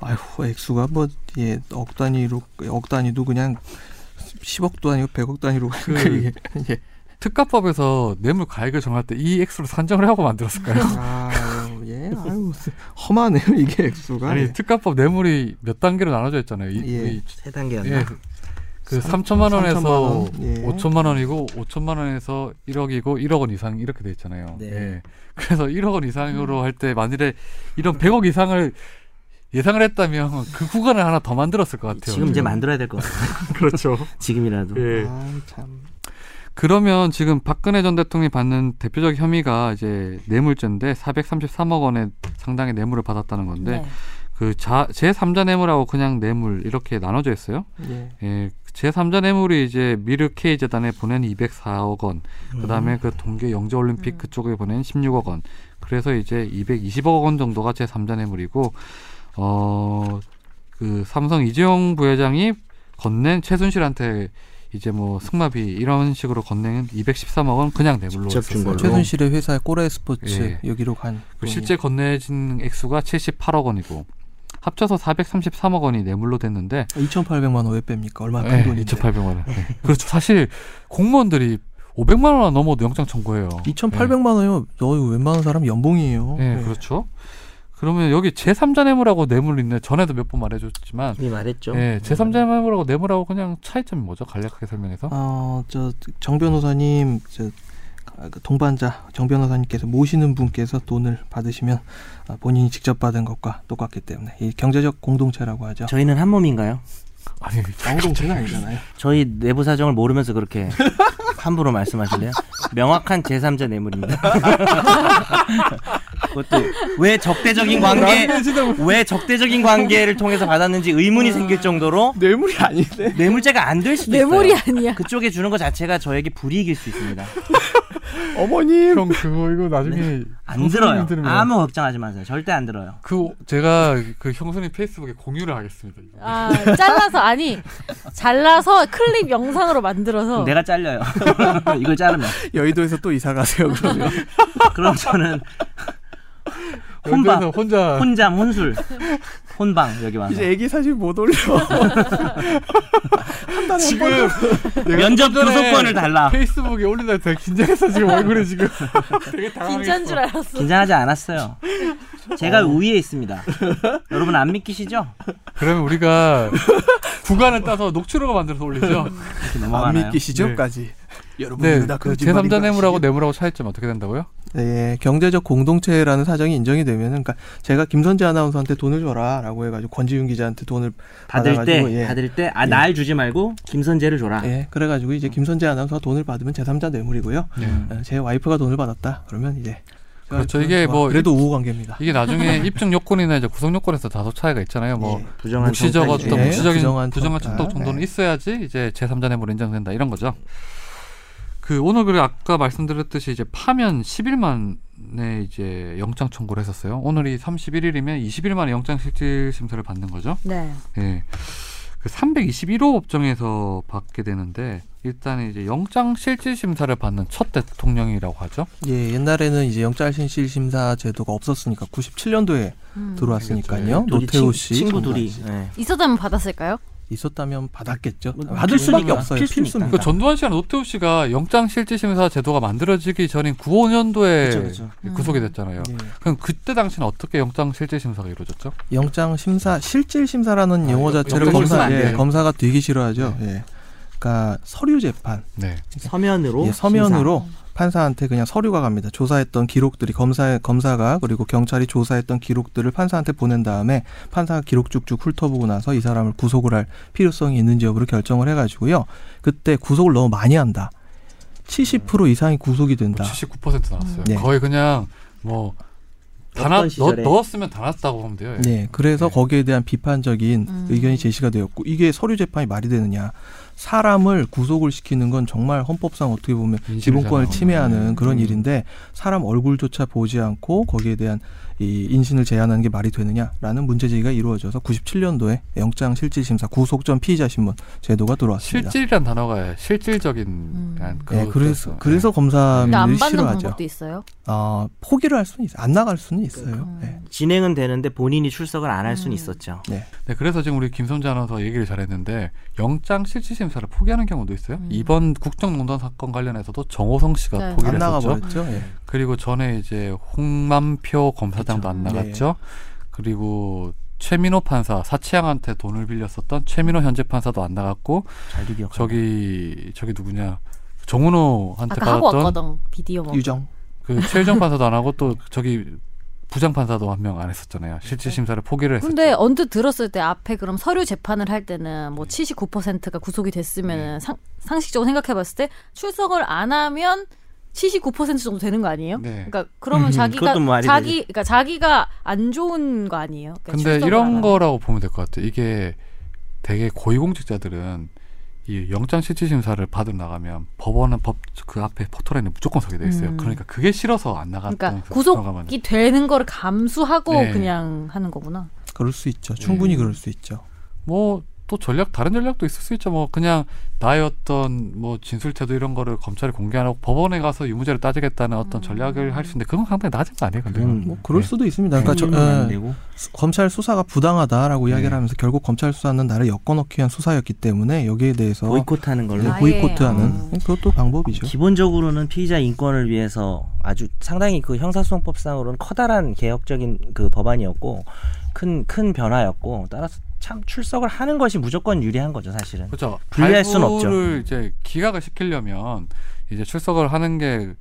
Speaker 4: 아이고 액수가 뭐, 뭐예억 단위로 억 단위도 그냥 10억도 아니고 100억 단위로
Speaker 1: 그-
Speaker 4: 그러니까 이게 예.
Speaker 1: 특가법에서 뇌물 가액을 정할 때 이 액수로 산정을 하고 만들었을까요?
Speaker 4: 아유 예 아유 험하네요 이게 액수가
Speaker 1: 아니 특가법 네 뇌물이 몇 단계로 나눠져 있잖아요. 이,
Speaker 4: 예.
Speaker 1: 이-
Speaker 2: 세 단계였나?
Speaker 1: 예. 그 3천만 원에서
Speaker 4: 3천만 원, 예.
Speaker 1: 5천만 원이고 5천만 원에서 1억이고 1억 원 이상 이렇게 돼 있잖아요.
Speaker 2: 네.
Speaker 1: 예. 그래서 1억 원 이상으로 할 때 만일에 이런 100억 이상을 예상을 했다면 그 구간을 하나 더 만들었을 것 같아요.
Speaker 2: 지금 이제 만들어야 될 것 같아요.
Speaker 1: 네, 그렇죠.
Speaker 2: 지금이라도.
Speaker 1: 예.
Speaker 4: 아참
Speaker 1: 그러면 지금 박근혜 전 대통령이 받는 대표적 혐의가 이제 네 뇌물죄인데 433억 원의 상당의 네 뇌물을 받았다는
Speaker 3: 네.
Speaker 1: 건데
Speaker 2: 네.
Speaker 1: 그 자, 제3자 뇌물하고 그냥 네 뇌물 이렇게 나눠져 있어요.
Speaker 4: 예.
Speaker 1: 예, 제3자 뇌물이 이제 미르케이 재단에 보낸 204억 원, 그다음에 그 동계 영재 올림픽
Speaker 3: 음.
Speaker 1: 그쪽에 보낸 16억 원. 그래서 이제 220억 원 정도가 제3자 뇌물이고 어, 그 삼성 이재용 부회장이 건넨 최순실한테 이제 뭐 승마비 이런 식으로 건넨 213억 원 그냥 뇌물로
Speaker 2: 직접 준
Speaker 1: 했었어요.
Speaker 2: 걸로.
Speaker 4: 최순실의 회사 꼬레 스포츠
Speaker 1: 예.
Speaker 4: 여기로 간
Speaker 1: 그 실제 건네진 액수가 78억 원이고 합쳐서 433억 원이 뇌물로 됐는데
Speaker 4: 2,800만 원 왜 뺍니까 얼마 큰
Speaker 1: 네,
Speaker 4: 돈인데
Speaker 1: 2,800만 원. 네. 그렇죠. 사실 공무원들이 500만 원 넘어도 영장 청구해요.
Speaker 4: 2,800만 원이면 너 이거 웬만한 사람 연봉이에요
Speaker 1: 네,
Speaker 4: 예.
Speaker 1: 그렇죠. 그러면 여기 제3자 뇌물하고 뇌물이 있네. 전에도 몇 번 말해줬지만
Speaker 2: 이미 말했죠.
Speaker 1: 예, 제3자 뇌물하고 뇌물하고 그냥 차이점이 뭐죠? 간략하게 설명해서.
Speaker 4: 어, 저 정 변호사님 저 아, 그 동반자 정 변호사님께서 모시는 분께서 돈을 받으시면 아, 본인이 직접 받은 것과 똑같기 때문에 이 경제적 공동체라고 하죠.
Speaker 2: 저희는 한 몸인가요?
Speaker 1: 아니,
Speaker 4: 공동체는 아니잖아요.
Speaker 2: 저희 내부 사정을 모르면서 그렇게 함부로 말씀하실래요? 명확한 제3자 뇌물입니다. 그것도 왜 적대적인 관계, 왜 적대적인 관계를 통해서 받았는지
Speaker 3: 아.
Speaker 2: 의문이 생길 정도로
Speaker 4: 뇌물이 아닌데.
Speaker 2: 뇌물죄가 안 될 수도
Speaker 3: 네. 뇌물이
Speaker 2: 있어요.
Speaker 3: 네. 아니야.
Speaker 2: 그쪽에 주는 것 자체가 저에게 불이익일 수 있습니다.
Speaker 4: 어머님.
Speaker 1: 형 그거 이거 나중에
Speaker 2: 안 들어요. 아무 걱정하지 마세요. 절대 안 들어요.
Speaker 1: 그 제가 그 형수님 페이스북에 공유를 하겠습니다. 이거.
Speaker 3: 아 잘라서 아니 잘라서 클립 영상으로 만들어서
Speaker 2: 그럼 내가 잘려요. 이걸 자르면.
Speaker 4: 여의도에서 또 이사 가세요 그러면.
Speaker 2: 그럼 저는 혼밥,
Speaker 1: 연주에서 혼자
Speaker 2: 혼잠, 혼술, 혼방 여기 와서.
Speaker 4: 애기 사진 못 올려.
Speaker 1: 지금 내가
Speaker 2: 면접
Speaker 1: 좀 전에
Speaker 2: 교섭권을 달라.
Speaker 1: 페이스북에 올린다 되게 긴장해서 지금 얼굴이 지금 되게
Speaker 3: 진짜인 줄 알았어.
Speaker 2: 긴장하지 않았어요.
Speaker 4: 어.
Speaker 2: 제가 우위에 있습니다. 여러분 안 믿기시죠?
Speaker 1: 그러면 우리가 구간을 따서 녹취록을 만들어서 올리죠.
Speaker 2: 이렇게 넘어가나요?
Speaker 4: 까지. 여러분
Speaker 1: 네, 제3자 뇌물하고 뇌물하고 차이점 뭐 어떻게 된다고요?
Speaker 4: 예, 경제적 공동체라는 사정이 인정이 되면은 그러니까 제가 김선재 아나운서한테 돈을 줘라라고 해 가지고 권지윤 기자한테 돈을
Speaker 2: 받을 때,
Speaker 4: 받아가지고, 예.
Speaker 2: 받을 때, 아, 날 주지 말고 김선재를 줘라.
Speaker 4: 예, 그래 가지고 이제 김선재 아나운서가 돈을 받으면 제3자 뇌물이고요.
Speaker 2: 네.
Speaker 4: 예, 제 와이프가 돈을 받았다. 그러면 이제 제
Speaker 1: 그렇죠.
Speaker 4: 와이프는
Speaker 1: 이게
Speaker 4: 와,
Speaker 1: 뭐
Speaker 4: 그래도 우호 관계입니다.
Speaker 1: 이게 나중에 입증 요건이나 이제 구성 요건에서 다소 차이가 있잖아요. 뭐
Speaker 4: 예.
Speaker 2: 부정한
Speaker 1: 묵시적
Speaker 2: 성탁이죠.
Speaker 1: 어떤
Speaker 4: 예,
Speaker 1: 묵시적인
Speaker 4: 부정한
Speaker 1: 부정한
Speaker 4: 청탁.
Speaker 1: 청탁 정도는
Speaker 4: 네.
Speaker 1: 있어야지 이제 제3자 뇌물 인정된다 이런 거죠. 그 오늘 그 아까 말씀드렸듯이 이제 파면 10일 만에 이제 영장 청구를 했었어요. 오늘이 31일이면 20일 만에 영장 실질 심사를 받는 거죠.
Speaker 3: 네.
Speaker 1: 예. 그 321호 법정에서 받게 되는데 일단 이제 영장 실질 심사를 받는 첫 대통령이라고 하죠.
Speaker 4: 예, 옛날에는 이제 영장실질 심사 제도가 없었으니까 97년도에
Speaker 3: 음.
Speaker 4: 들어왔으니까요.
Speaker 2: 우리 친-
Speaker 4: 노태우 씨 예.
Speaker 2: 친구
Speaker 4: 정관
Speaker 2: 둘이
Speaker 4: 씨.
Speaker 2: 네.
Speaker 3: 있었다면 받았을까요?
Speaker 4: 음, 있었다면 받았겠죠.
Speaker 2: 뭐,
Speaker 4: 받을 수밖에
Speaker 2: 필수니까.
Speaker 4: 없어요.
Speaker 2: 필수니까.
Speaker 4: 필수니까.
Speaker 1: 그 전두환 씨랑 노태우 씨가 영장 실질 심사 제도가 만들어지기 전인 95년도에
Speaker 2: 그쵸, 그쵸.
Speaker 1: 구속이 됐잖아요.
Speaker 2: 그렇죠.
Speaker 4: 예.
Speaker 1: 그럼 그때 당시는 어떻게 영장 실질 심사가 이루어졌죠?
Speaker 4: 영장 심사 실질 심사라는
Speaker 1: 아,
Speaker 4: 용어
Speaker 1: 영-
Speaker 4: 자체를
Speaker 1: 영장
Speaker 4: 검사
Speaker 1: 심사 안
Speaker 4: 예,
Speaker 1: 돼요.
Speaker 4: 검사가 되기 싫어하죠. 예. 그러니까 서류 재판
Speaker 1: 네.
Speaker 2: 서면으로
Speaker 4: 예, 서면으로 판사한테 그냥 서류가 갑니다. 조사했던 기록들이 검사 검사가 그리고 경찰이 조사했던 기록들을 판사한테 보낸 다음에 판사가 기록 쭉쭉 훑어보고 나서 이 사람을 구속을 할 필요성이 있는지 여부를 결정을 해가지고요. 그때 구속을 너무 많이 한다. 70% 이상이 구속이 된다.
Speaker 1: 79% 나왔어요.
Speaker 4: 아. 네.
Speaker 1: 거의 그냥 뭐 다나,
Speaker 2: 어떤
Speaker 1: 넣,
Speaker 2: 시절에?
Speaker 1: 넣었으면 다 났다고 하면 돼요. 예.
Speaker 4: 네, 그래서
Speaker 1: 네.
Speaker 4: 거기에 대한 비판적인
Speaker 3: 음.
Speaker 4: 의견이 제시가 되었고 이게 서류 재판이 말이 되느냐? 사람을 구속을 시키는 건 정말 헌법상 어떻게 보면
Speaker 1: 인신을
Speaker 4: 기본권을
Speaker 1: 제한하고.
Speaker 4: 침해하는 그런
Speaker 1: 음.
Speaker 4: 일인데 사람 얼굴조차 보지 않고 거기에 대한 이 인신을 제한하는 게 말이 되느냐라는 문제 제기가 이루어져서 97년도에 영장 실질 심사 구속 전 피의자 신문 제도가 들어왔습니다.
Speaker 1: 실질이란 단어가 실질적인 그러니까
Speaker 3: 음.
Speaker 1: 그런
Speaker 4: 네,
Speaker 1: 뜻이었어요.
Speaker 4: 그래서 그래서
Speaker 3: 근데 안
Speaker 4: 검사들이
Speaker 3: 받는
Speaker 4: 음, 싫어하죠.
Speaker 3: 방법도 있어요.
Speaker 4: 아 포기를 할 수는 있어, 안 나갈 수는 있어요.
Speaker 3: 음.
Speaker 4: 네.
Speaker 2: 진행은 되는데 본인이 출석을 안 할 수는
Speaker 3: 음.
Speaker 2: 있었죠.
Speaker 1: 네, 그래서 지금 우리 김선재 아나운서 얘기를 잘했는데 영장 실질 심사를 포기하는 경우도 있어요.
Speaker 3: 음.
Speaker 1: 이번 국정농단 사건 관련해서도 정호성 씨가
Speaker 3: 네.
Speaker 1: 포기를
Speaker 4: 안
Speaker 1: 했었죠.
Speaker 4: 나가버렸죠. 예.
Speaker 1: 그리고 전에 이제 홍만표 검사장도 안
Speaker 4: 그쵸.
Speaker 1: 나갔죠. 네. 그리고 최민호 판사 사치양한테 돈을 빌렸었던 최민호 현재 판사도 안 나갔고
Speaker 4: 음.
Speaker 2: 잘도 기억.
Speaker 1: 저기 저기 누구냐 정은호한테
Speaker 3: 아까 하고
Speaker 1: 받았던
Speaker 3: 왔거든 비디오 먹.
Speaker 4: 유정.
Speaker 1: 그 최유정 판사도 안 하고 또 저기 부장 판사도 한 명 안 했었잖아요. 실질 심사를 포기를 했었죠.
Speaker 3: 네. 근데 언뜻 들었을 때 앞에 그럼 서류 재판을 할 때는 뭐 79%가 구속이 됐으면
Speaker 1: 네.
Speaker 3: 상, 상식적으로 생각해 봤을 때 출석을 안 하면 79% 정도 되는 거 아니에요?
Speaker 1: 네.
Speaker 3: 그러니까 그러면
Speaker 2: 음,
Speaker 3: 자기가
Speaker 2: 그것도 말이
Speaker 3: 자기 그러니까 자기가 안 좋은 거 아니에요? 그러니까
Speaker 1: 근데
Speaker 3: 출석을 안
Speaker 1: 이런
Speaker 3: 하는.
Speaker 1: 거라고 보면 될 것 같아요. 이게 되게 고위공직자들은 이 영장 실질 심사를 받으러 나가면 법원은 법 그 앞에 포토라인에 무조건 서게 돼 있어요.
Speaker 3: 음.
Speaker 1: 그러니까 그게 싫어서 안 나갔던
Speaker 3: 그러니까
Speaker 1: 그 경우가 많아요.
Speaker 3: 구속이 되는 거를 감수하고
Speaker 1: 네.
Speaker 3: 그냥 하는 거구나.
Speaker 4: 그럴 수 있죠. 충분히
Speaker 2: 네.
Speaker 1: 예.
Speaker 4: 그럴 수 있죠.
Speaker 1: 뭐 또 전략 다른 전략도 있을 수 있죠. 뭐 그냥 나의 어떤 뭐 진술 태도 이런 거를 검찰에 공개 안 하고 법원에 가서 유무죄를 따지겠다는
Speaker 3: 음.
Speaker 1: 어떤 전략을 할 수 있는데 그건 상당히 낮은 거 아니에요? 근데
Speaker 2: 그건
Speaker 4: 뭐 그럴
Speaker 1: 예.
Speaker 4: 수도 있습니다. 그러니까
Speaker 2: 저, 음. 안
Speaker 4: 저, 예,
Speaker 2: 되고.
Speaker 4: 수- 검찰 수사가 부당하다라고 이야기를
Speaker 1: 네.
Speaker 4: 하면서 결국 검찰 수사는 나를 엮어넣기 위한 수사였기 때문에 여기에 대해서
Speaker 2: 보이콧하는 걸로.
Speaker 4: 네,
Speaker 3: 아예,
Speaker 4: 보이콧하는
Speaker 3: 어.
Speaker 4: 그것도 방법이죠.
Speaker 2: 기본적으로는 피의자 인권을 위해서 아주 상당히 그 형사소송법상으로는 커다란 개혁적인 그 법안이었고 큰 큰 변화였고 따라서 참 출석을 하는 것이 무조건 유리한 거죠 사실은. 그러니까
Speaker 1: 그렇죠.
Speaker 2: 분리할 순 없죠.
Speaker 1: 발부를 이제 기각을 시키려면 이제 출석을 하는 게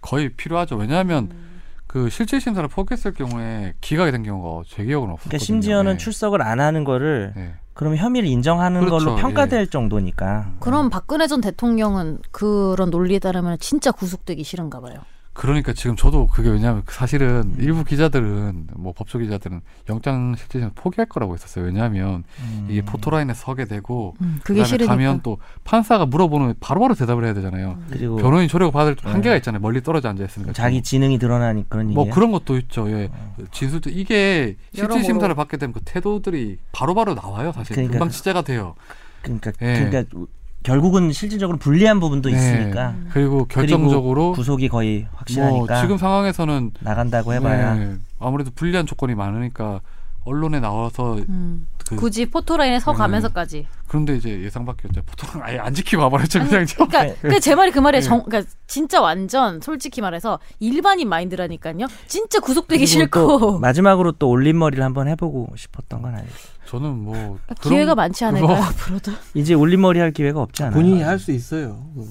Speaker 1: 거의 필요하죠. 왜냐하면
Speaker 2: 음.
Speaker 1: 그 실질 심사를 포기했을 경우에 기각이 된 경우가 제 기억은 없었거든요.
Speaker 2: 그러니까 심지어는
Speaker 1: 예.
Speaker 2: 출석을 안 하는 거를
Speaker 1: 예.
Speaker 2: 그럼 혐의를 인정하는
Speaker 1: 그렇죠,
Speaker 2: 걸로 평가될 정도니까.
Speaker 1: 네.
Speaker 3: 그럼 박근혜 전 대통령은 그런 논리에 따르면 진짜 구속되기 싫은가 봐요.
Speaker 1: 그러니까 지금 저도 그게 왜냐하면 사실은
Speaker 2: 음.
Speaker 1: 일부 기자들은 뭐 법조 기자들은 영장 실질 심사 포기할 거라고 했었어요. 왜냐하면
Speaker 2: 음.
Speaker 1: 이게 포토라인에 서게 되고
Speaker 3: 음, 그게
Speaker 1: 그다음에
Speaker 3: 싫으니까.
Speaker 1: 가면 또 판사가 물어보는 바로바로 대답을 해야 되잖아요.
Speaker 2: 그리고
Speaker 1: 변호인 조력 받을 좀
Speaker 2: 네.
Speaker 1: 한계가 있잖아요. 멀리 떨어져 앉아 있으니까.
Speaker 2: 자기 지능이 드러나니 그런
Speaker 1: 뭐
Speaker 2: 얘기예요. 어.
Speaker 1: 그런 것도 있죠. 예. 진술도 이게 실질
Speaker 3: 여러모로.
Speaker 1: 심사를 받게 되면 그 태도들이 바로바로 나와요. 사실
Speaker 2: 그러니까
Speaker 1: 금방
Speaker 2: 그-
Speaker 1: 취재가 돼요.
Speaker 2: 그러니까
Speaker 1: 예.
Speaker 2: 그러니까 결국은 실질적으로 불리한 부분도
Speaker 1: 네.
Speaker 2: 있으니까
Speaker 1: 그리고 결정적으로
Speaker 2: 구속이 거의 확실하니까
Speaker 1: 뭐 지금 상황에서는
Speaker 2: 나간다고 해봐야
Speaker 1: 네, 아무래도 불리한 조건이 많으니까 언론에 나와서
Speaker 3: 음,
Speaker 1: 그-
Speaker 3: 굳이 포토라인에 서
Speaker 1: 네.
Speaker 3: 가면서까지.
Speaker 1: 그런데 이제 예상 밖이었죠. 보통 아예 안 지키고 와버렸죠
Speaker 3: 아니,
Speaker 1: 그냥 좀.
Speaker 3: 그러니까 그 제 말이 그 말이에요.
Speaker 1: 네.
Speaker 3: 정, 그러니까 진짜 완전 솔직히 말해서 일반인 마인드라니까요. 진짜 구속되기
Speaker 2: 그리고 또
Speaker 3: 싫고
Speaker 2: 마지막으로 또 올림머리를 한번 해보고 싶었던 건 아니에요.
Speaker 1: 저는 뭐 그런-
Speaker 3: 기회가 많지 않을까요
Speaker 1: 그거-
Speaker 3: 앞으로도?
Speaker 2: 이제 올림머리 할 기회가 없지 않아요.
Speaker 4: 본인이 할 수 있어요.
Speaker 1: 뭐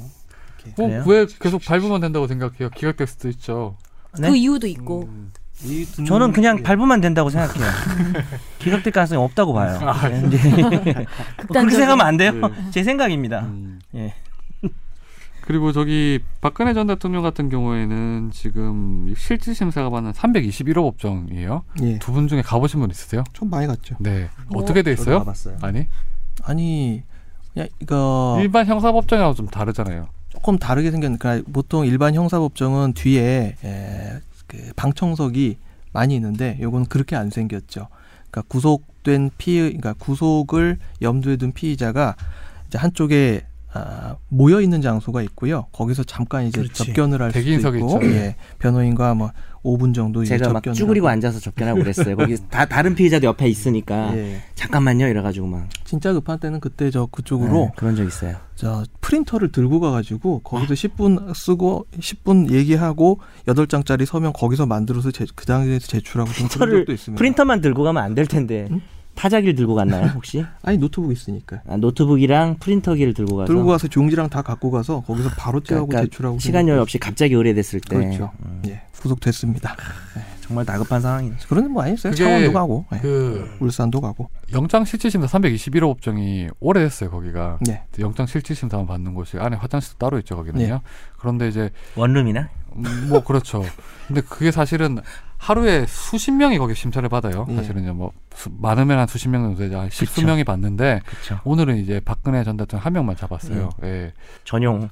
Speaker 2: 그래요?
Speaker 1: 왜 계속 밟으면 된다고 생각해요. 기각될 수도 있죠.
Speaker 2: 네?
Speaker 3: 그 이유도 있고.
Speaker 1: 음.
Speaker 2: 저는
Speaker 4: 음. 예.
Speaker 2: 그냥 밟으면 된다고 생각해요. 기각될 가능성이 없다고 봐요.
Speaker 4: 아,
Speaker 2: 네. 뭐
Speaker 3: 극단적으로.
Speaker 2: 그렇게 생각하면 안 돼요.
Speaker 1: 네.
Speaker 2: 제 생각입니다.
Speaker 1: 음.
Speaker 2: 예.
Speaker 1: 그리고 저기 박근혜 전 대통령 같은 경우에는 지금 실질 심사가 받는 321호 법정이에요.
Speaker 2: 네.
Speaker 4: 예.
Speaker 1: 두 분 중에 가보신 분 있으세요?
Speaker 4: 좀 많이 갔죠.
Speaker 1: 네.
Speaker 3: 뭐,
Speaker 1: 어떻게 돼
Speaker 2: 저도
Speaker 1: 있어요?
Speaker 2: 가봤어요. 어.
Speaker 1: 아니
Speaker 4: 아니 그냥
Speaker 2: 예.
Speaker 4: 이거
Speaker 1: 일반 형사 법정하고 좀 다르잖아요.
Speaker 4: 조금 다르게 생겼는 그러니까 보통 일반 형사법정은 뒤에 에, 그 방청석이 많이 있는데 요건 그렇게 안 생겼죠. 그러니까 구속된 피해, 그러니까 구속을 염두에 둔 피의자가 이제 한쪽에 아, 모여 있는 장소가 있고요. 거기서 잠깐 이제
Speaker 5: 그렇지.
Speaker 4: 접견을 할 수도
Speaker 1: 대기인석이
Speaker 4: 있고,
Speaker 1: 있죠.
Speaker 4: 예, 변호인과 뭐 5분 정도 이제
Speaker 2: 제가 막
Speaker 4: 접견을
Speaker 2: 쭈그리고
Speaker 4: 하고.
Speaker 2: 앉아서 접견하고 그랬어요. 거기 다 다른 피의자도 옆에 있으니까
Speaker 4: 예.
Speaker 2: 잠깐만요 이래가지고 막
Speaker 4: 진짜 급한 때는 그때 저 그쪽으로
Speaker 2: 네, 그런 적 있어요.
Speaker 4: 저 프린터를 들고 가가지고 거기서 10분 쓰고 10분 얘기하고 8장짜리 서면 거기서 만들어서 제, 그 장소에서 제출하고 좀 그런
Speaker 2: 프린터를
Speaker 4: 적도 있습니다.
Speaker 2: 프린터만 들고 가면 안 될 텐데
Speaker 4: 응?
Speaker 2: 타자기를 들고 갔나요 혹시?
Speaker 4: 아니 노트북 있으니까
Speaker 2: 아, 노트북이랑 프린터기를 들고 가서
Speaker 4: 들고 가서 종지랑 다 갖고 가서 거기서 바로 떼하고
Speaker 2: 그러니까
Speaker 4: 제출하고
Speaker 2: 시간 여유 없이 음. 갑자기 의뢰됐을 때
Speaker 4: 그렇죠. 예,
Speaker 2: 아,
Speaker 4: 구속됐습니다.
Speaker 2: 정말 다급한 상황이네.
Speaker 4: 그런 뭐 아니었어요.
Speaker 1: 그게
Speaker 4: 창원도 가고
Speaker 2: 네.
Speaker 4: 예.
Speaker 1: 그
Speaker 4: 울산도 가고
Speaker 1: 영장 실질심사 321호 법정이 오래됐어요 거기가.
Speaker 4: 예.
Speaker 2: 네.
Speaker 1: 영장 실질심사만 받는 곳이 안에 화장실도 따로 있죠 거기는요. 그런데 이제
Speaker 2: 원룸이나
Speaker 1: 음, 뭐 그렇죠. 근데 그게 사실은 하루에 수십 명이 거기 심사를 받아요.
Speaker 4: 예.
Speaker 1: 사실은 이제 뭐 수- 많으면 한 수십 명 정도 되죠. 한 십수
Speaker 2: 그쵸.
Speaker 1: 명이 받는데
Speaker 2: 그렇죠.
Speaker 1: 오늘은 이제 박근혜 전 대통령 한 명만 잡았어요.
Speaker 2: 음.
Speaker 1: 예.
Speaker 2: 전용.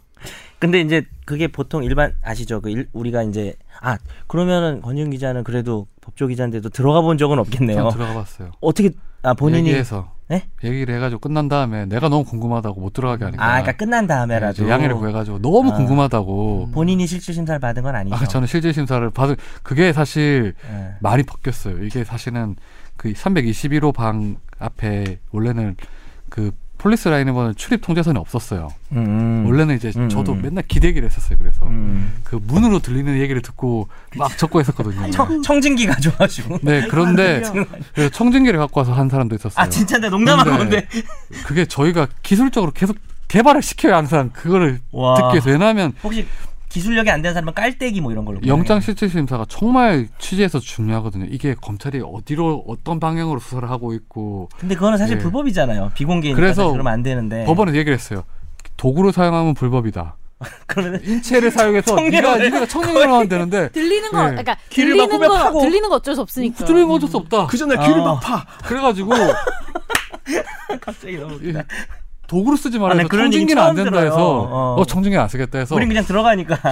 Speaker 2: 근데 이제 그게 보통 일반 아시죠? 그 일- 우리가 이제 아 그러면은 권윤 기자는 그래도 법조 기자인데도 들어가 본 적은 없겠네요.
Speaker 1: 그냥 아, 들어가 봤어요.
Speaker 2: 어떻게 아 본인이
Speaker 1: 얘기해서
Speaker 2: 예?
Speaker 1: 얘기를 해가지고 끝난 다음에 내가 너무 궁금하다고 못 들어가게 하니까
Speaker 2: 아 그러니까 끝난
Speaker 1: 예,
Speaker 2: 다음에라도
Speaker 1: 이제 양해를 구해가지고 너무
Speaker 2: 아.
Speaker 1: 궁금하다고
Speaker 2: 본인이 실질 심사를 받은 건 아니죠.
Speaker 1: 아 저는 실질 심사를 받을 그게 사실
Speaker 2: 예.
Speaker 1: 말이 바뀌었어요. 이게 사실은 그 321호 방 앞에 원래는 그 폴리스 라인에는 출입 통제선이 없었어요.
Speaker 2: 음, 음.
Speaker 1: 원래는 이제
Speaker 2: 음,
Speaker 1: 저도
Speaker 2: 음.
Speaker 1: 맨날 기대기를 했었어요. 그래서
Speaker 2: 음.
Speaker 1: 그 문으로 들리는 얘기를 듣고 막 적고 했었거든요.
Speaker 2: 청, 청진기가 좋아지고.
Speaker 1: 네, 그런데 그 청진기를 갖고 와서 한 사람도 있었어요.
Speaker 2: 아 진짜 나 농담한
Speaker 1: 근데
Speaker 2: 건데.
Speaker 1: 그게 저희가 기술적으로 계속 개발을 시켜요 항상 그거를
Speaker 2: 와.
Speaker 1: 듣기 위해서 왜냐하면
Speaker 2: 혹시 기술력이 안 되는 사람은 깔때기 뭐 이런 걸로.
Speaker 1: 영장 실질심사가 정말 취재에서 중요하거든요. 이게 검찰이 어디로 어떤 방향으로 수사를 하고 있고
Speaker 2: 근데 그거는 사실
Speaker 1: 예.
Speaker 2: 불법이잖아요. 비공개니까
Speaker 1: 그래서
Speaker 2: 사실 그러면 안 되는데.
Speaker 1: 법원에 얘기를 했어요. 도구를 사용하면 불법이다.
Speaker 2: 그러면
Speaker 1: 인체를 사용해서 네가 네가 청량을 하면 되는데
Speaker 3: 들리는 거,
Speaker 1: 예.
Speaker 3: 그러니까
Speaker 2: 귀를 막
Speaker 3: 들리는 거,
Speaker 2: 후벼파고.
Speaker 3: 들리는 거 어쩔 수 없으니까.
Speaker 1: 구조는 어쩔 수 없다.
Speaker 4: 그 전에 귀를
Speaker 2: 어.
Speaker 4: 막 파.
Speaker 1: 그래가지고
Speaker 2: 갑자기 너무
Speaker 1: 이
Speaker 2: 웃기다.
Speaker 1: 도구를 쓰지
Speaker 2: 아,
Speaker 1: 말아서
Speaker 2: 나 그런 얘기
Speaker 1: 청진기는 안
Speaker 2: 처음
Speaker 1: 된다
Speaker 2: 들어요.
Speaker 1: 해서
Speaker 2: 어.
Speaker 1: 어, 청진기 안 쓰겠다 해서
Speaker 2: 우린 그냥 들어가니까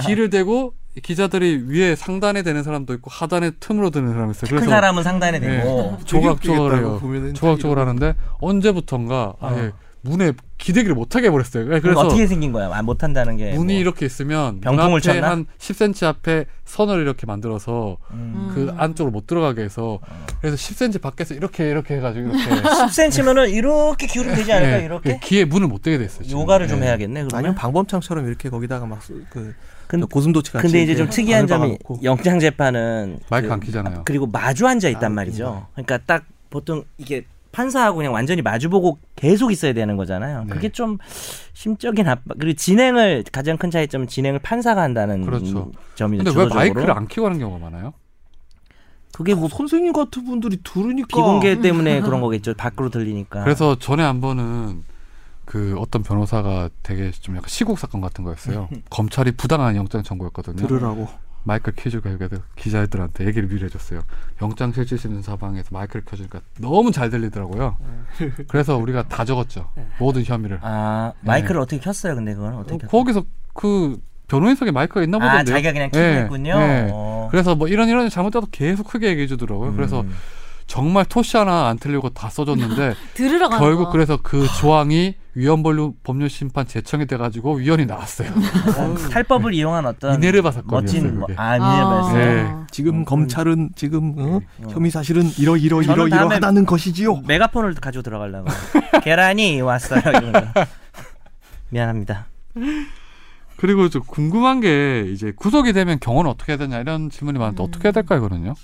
Speaker 1: 귀를 대고 기자들이 위에 상단에 대는 사람도 있고 하단에 틈으로 드는 사람이 있어요.
Speaker 2: 큰
Speaker 1: 그래서
Speaker 2: 사람은 상단에 대고
Speaker 1: 예, 조각조각을
Speaker 4: 어, 되게 웃기겠다고
Speaker 1: 해요.
Speaker 4: 보면은
Speaker 1: 조각조각을 하는데 언제부턴가 아예 문에 기대기를 못하게 해버렸어요. 예,
Speaker 2: 그래서
Speaker 1: 그래서
Speaker 2: 어떻게 생긴 거야? 아, 못한다는 게
Speaker 1: 문이
Speaker 2: 뭐.
Speaker 1: 이렇게 있으면
Speaker 2: 병풍을
Speaker 1: 눈앞에
Speaker 2: 쳤나?
Speaker 1: 한 10cm 앞에 선을 이렇게 만들어서
Speaker 2: 음.
Speaker 1: 그 안쪽으로 못 들어가게 해서 그래서 10cm 밖에서 이렇게 이렇게 해가지고 이렇게
Speaker 2: 10cm면은 뭐. 이렇게 기울이면 되지 않을까
Speaker 1: 예,
Speaker 2: 아, 이렇게?
Speaker 1: 귀에 문을 못 대게 됐어요. 지금.
Speaker 2: 요가를 좀
Speaker 1: 예.
Speaker 2: 해야겠네 그러면.
Speaker 4: 아니면 방범창처럼 이렇게 거기다가 막그
Speaker 2: 근-
Speaker 4: 고슴도치 같이
Speaker 2: 근데 이제 좀
Speaker 4: 이렇게
Speaker 2: 특이한
Speaker 4: 안을
Speaker 2: 점이
Speaker 4: 박아놓고.
Speaker 2: 영장 재판은
Speaker 1: 그 마이크
Speaker 2: 그-
Speaker 1: 안 키잖아요.
Speaker 2: 그리고 마주 앉아
Speaker 4: 아,
Speaker 2: 있단 말이죠. 그러니까 딱 보통 이게 판사하고 그냥 완전히 마주 보고 계속 있어야 되는 거잖아요.
Speaker 1: 네.
Speaker 2: 그게 좀 심적인 압박. 그리고 진행을 가장 큰 차이점은 진행을 판사가 한다는
Speaker 1: 그렇죠.
Speaker 2: 점이죠.
Speaker 1: 근데 왜
Speaker 2: 주도적으로.
Speaker 1: 마이크를 안 키고 하는 경우가 많아요?
Speaker 2: 그게 뭐
Speaker 4: 아, 선생님 같은 분들이 들으니까
Speaker 2: 비공개 때문에 그런 거겠죠. 밖으로 들리니까.
Speaker 1: 그래서 전에 한 번은 그 어떤 변호사가 되게 좀 약간 시국 사건 같은 거였어요. 검찰이 부당한 영장 청구했거든요.
Speaker 4: 들으라고
Speaker 1: 마이크를 켜주고 해서 기자들한테 얘기를 미리 해줬어요. 영장 실질심사 사방에서 마이크를 켜주니까 너무 잘 들리더라고요. 그래서 우리가 다 적었죠. 모든 혐의를.
Speaker 2: 네.
Speaker 1: 뭐
Speaker 2: 아 마이크를
Speaker 1: 네.
Speaker 2: 어떻게 켰어요? 근데 그건 어떻게 켰어요?
Speaker 1: 거기서 그 변호인석에 마이크가 있나 보던데요.
Speaker 2: 아 자기가 그냥
Speaker 1: 예,
Speaker 2: 켰군요. 어.
Speaker 1: 예. 그래서 뭐 이런 이런 잘못돼도 계속 크게 얘기해 주더라고요.
Speaker 2: 음.
Speaker 1: 그래서 정말 토시 하나 안 틀리고 다 써줬는데
Speaker 2: 아,
Speaker 3: 들으러 가는
Speaker 1: 결국
Speaker 3: 거.
Speaker 1: 그래서 그 조항이 위헌법률 법률 심판 제청이 돼가지고 위헌이 나왔어요.
Speaker 2: 탈법을 이용한 어떤
Speaker 1: 미네르바 사건이었어요,
Speaker 2: 멋진 뭐-
Speaker 1: 그게.
Speaker 2: 아 미네르바였어요.
Speaker 1: 네.
Speaker 4: 지금 검찰은 지금 아, 어? 혐의 사실은 이러 이러
Speaker 2: 저는
Speaker 4: 이러 이러
Speaker 2: 다음에-
Speaker 4: 하다는 것이지요.
Speaker 2: 메가폰을 가지고 들어가려고 계란이 왔어요. 이러면서. 미안합니다.
Speaker 1: 그리고 저 궁금한 게 이제 구속이 되면 경호는 어떻게 해야 되냐 이런 질문이
Speaker 2: 음.
Speaker 1: 많은데 어떻게 해야 될까요, 그거는요?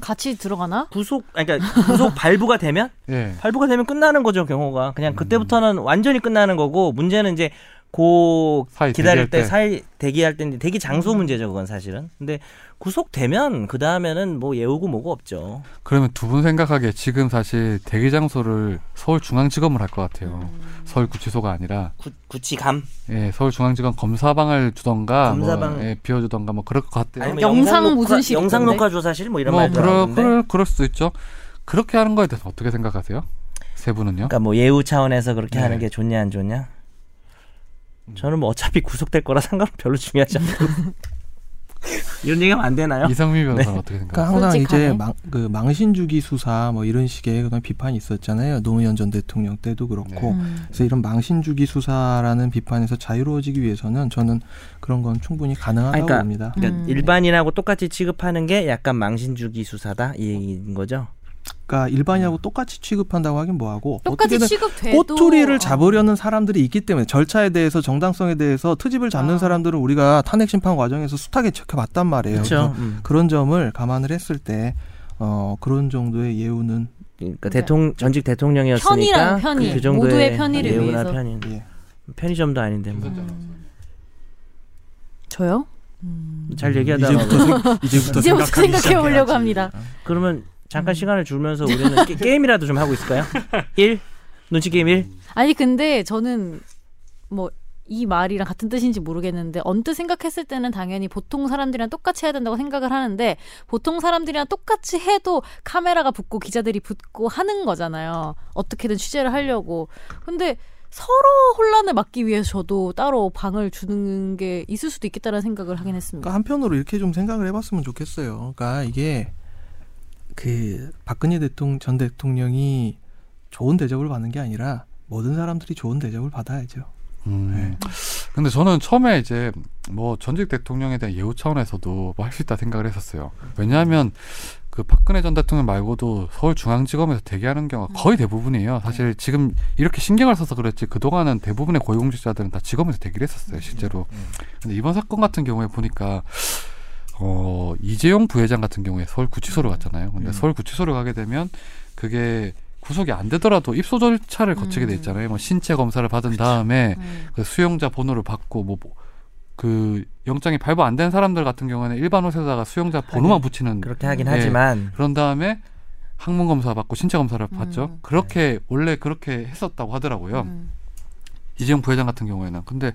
Speaker 3: 같이 들어가나?
Speaker 2: 구속 아니, 그러니까 구속 발부가 되면
Speaker 1: 예.
Speaker 2: 발부가 되면 끝나는 거죠 경호가
Speaker 1: 음.
Speaker 2: 그냥 그때부터는 완전히 끝나는 거고 문제는 이제 고
Speaker 1: 사이 대기할
Speaker 2: 기다릴 때
Speaker 1: 때.
Speaker 2: 사이 대기할 때인데 대기 장소 문제죠 그건 사실은 근데 구속되면 그 다음에는 뭐 예우고 뭐고 없죠
Speaker 1: 그러면 두 분 생각하기에 지금 사실 대기 장소를 서울중앙지검을 할 것 같아요.
Speaker 2: 음.
Speaker 1: 서울구치소가 아니라
Speaker 2: 구, 구치감
Speaker 1: 예, 서울중앙지검 검사방을 주던가
Speaker 2: 검사방.
Speaker 1: 뭐, 예, 비워주던가 뭐 그럴 것 같아요.
Speaker 2: 아니면
Speaker 3: 영상
Speaker 2: 녹화-
Speaker 3: 무전실
Speaker 2: 영상
Speaker 3: 있던데.
Speaker 2: 녹화 조사실 뭐 이런
Speaker 1: 뭐
Speaker 2: 말
Speaker 1: 그럴,
Speaker 2: 들었는데
Speaker 1: 그럴 그럴 수도 있죠. 그렇게 하는 거에 대해서 어떻게 생각하세요? 세 분은요?
Speaker 2: 그러니까 뭐 예우 차원에서 그렇게
Speaker 1: 네.
Speaker 2: 하는 게 좋냐 안 좋냐 저는 뭐 어차피 구속될 거라 상관 별로 중요하지 않고 이런 얘기하면 안 되나요?
Speaker 1: 이상민 변호사는
Speaker 2: 네.
Speaker 1: 어떻게 생각하세요?
Speaker 4: 그러니까 항상
Speaker 3: 솔직하네.
Speaker 4: 이제 망, 그 망신주기 수사 뭐 이런 식의 그런 비판이 있었잖아요. 노무현 전 대통령 때도 그렇고.
Speaker 2: 네.
Speaker 3: 음.
Speaker 4: 그래서 이런 망신주기 수사라는 비판에서 자유로워지기 위해서는 저는 그런 건 충분히 가능하다고
Speaker 2: 그러니까
Speaker 4: 봅니다.
Speaker 2: 그러니까
Speaker 3: 음.
Speaker 2: 일반인하고 똑같이 취급하는 게 약간 망신주기 수사다 이 얘기인 거죠.
Speaker 4: 그러니까
Speaker 2: 음.
Speaker 4: 일반인하고 똑같이 취급한다고 하긴 뭐하고
Speaker 3: 똑같이
Speaker 4: 어떻게든
Speaker 3: 취급돼도
Speaker 4: 꼬투리를 잡으려는 사람들이 있기 때문에 절차에 대해서 정당성에 대해서 트집을 잡는
Speaker 3: 아.
Speaker 4: 사람들은 우리가 탄핵 심판 과정에서 숱하게 지켜봤단 말이에요.
Speaker 2: 그렇죠.
Speaker 4: 그래서 그런 점을 감안을 했을 때 어, 그런 정도의 예우는
Speaker 2: 그러니까
Speaker 3: 그러니까
Speaker 2: 대통령 전직 대통령이었으니까
Speaker 3: 편의랑 편의,
Speaker 2: 그 정도의
Speaker 3: 모두의 편의를
Speaker 2: 예우나
Speaker 3: 위해서.
Speaker 2: 편의.
Speaker 4: 예.
Speaker 2: 편의점도 아닌데 뭐.
Speaker 3: 음. 저요? 음.
Speaker 2: 잘 얘기하다가 뭐.
Speaker 4: 이제부터 생- 이제부터,
Speaker 3: 이제부터
Speaker 4: 생각하기
Speaker 3: 생각해 보려고
Speaker 4: 시작해야지.
Speaker 3: 합니다.
Speaker 2: 그러면
Speaker 3: 음.
Speaker 2: 잠깐 시간을 줄면서 우리는 게, 게임이라도 좀 하고 있을까요? 1 눈치 게임 1
Speaker 3: 아니 근데 저는 뭐 이 말이랑 같은 뜻인지 모르겠는데 언뜻 생각했을 때는 당연히 보통 사람들이랑 똑같이 해야 된다고 생각을 하는데 보통 사람들이랑 똑같이 해도 카메라가 붙고 기자들이 붙고 하는 거잖아요. 어떻게든 취재를 하려고. 근데 서로 혼란을 막기 위해서 저도 따로 방을 주는 게 있을 수도 있겠다는 생각을 하긴
Speaker 2: 음.
Speaker 3: 했습니다.
Speaker 4: 그러니까 한편으로 이렇게 좀 생각을 해봤으면 좋겠어요. 그러니까 이게 그 박근혜 대통령 전 대통령이 좋은 대접을 받는 게 아니라 모든 사람들이 좋은 대접을 받아야죠.
Speaker 1: 음. 근데 저는 처음에 이제 뭐 전직 대통령에 대한 예우 차원에서도 뭐 할 수 있다 생각을 했었어요. 왜냐하면 그 박근혜 전 대통령 말고도 서울중앙지검에서 대기하는 경우가 거의 대부분이에요.
Speaker 2: 네.
Speaker 1: 사실 지금 이렇게 신경을 써서 그랬지 그동안은 대부분의 고위공직자들은 다 지검에서 대기를
Speaker 2: 음.
Speaker 1: 했었어요, 실제로. 근데 이번 사건 같은 경우에 보니까 어, 이재용 부회장 같은 경우에 서울 구치소로 갔잖아요. 근데
Speaker 2: 음.
Speaker 1: 서울 구치소로 가게 되면 그게 구속이 안 되더라도 입소 절차를 거치게
Speaker 2: 음.
Speaker 1: 돼 있잖아요. 뭐 신체 검사를 받은 다음에
Speaker 3: 음.
Speaker 1: 그 수용자 번호를 받고 뭐 그 영장이 발부 안 된 사람들 같은 경우에는 일반 옷에다가 수용자 번호만 붙이는
Speaker 2: 그렇게 하긴
Speaker 1: 예.
Speaker 2: 하지만
Speaker 1: 그런 다음에 항문 검사 받고 신체 검사를 받죠.
Speaker 3: 음.
Speaker 1: 그렇게 원래 그렇게 했었다고 하더라고요.
Speaker 3: 음.
Speaker 1: 이재용 부회장 같은 경우에는 근데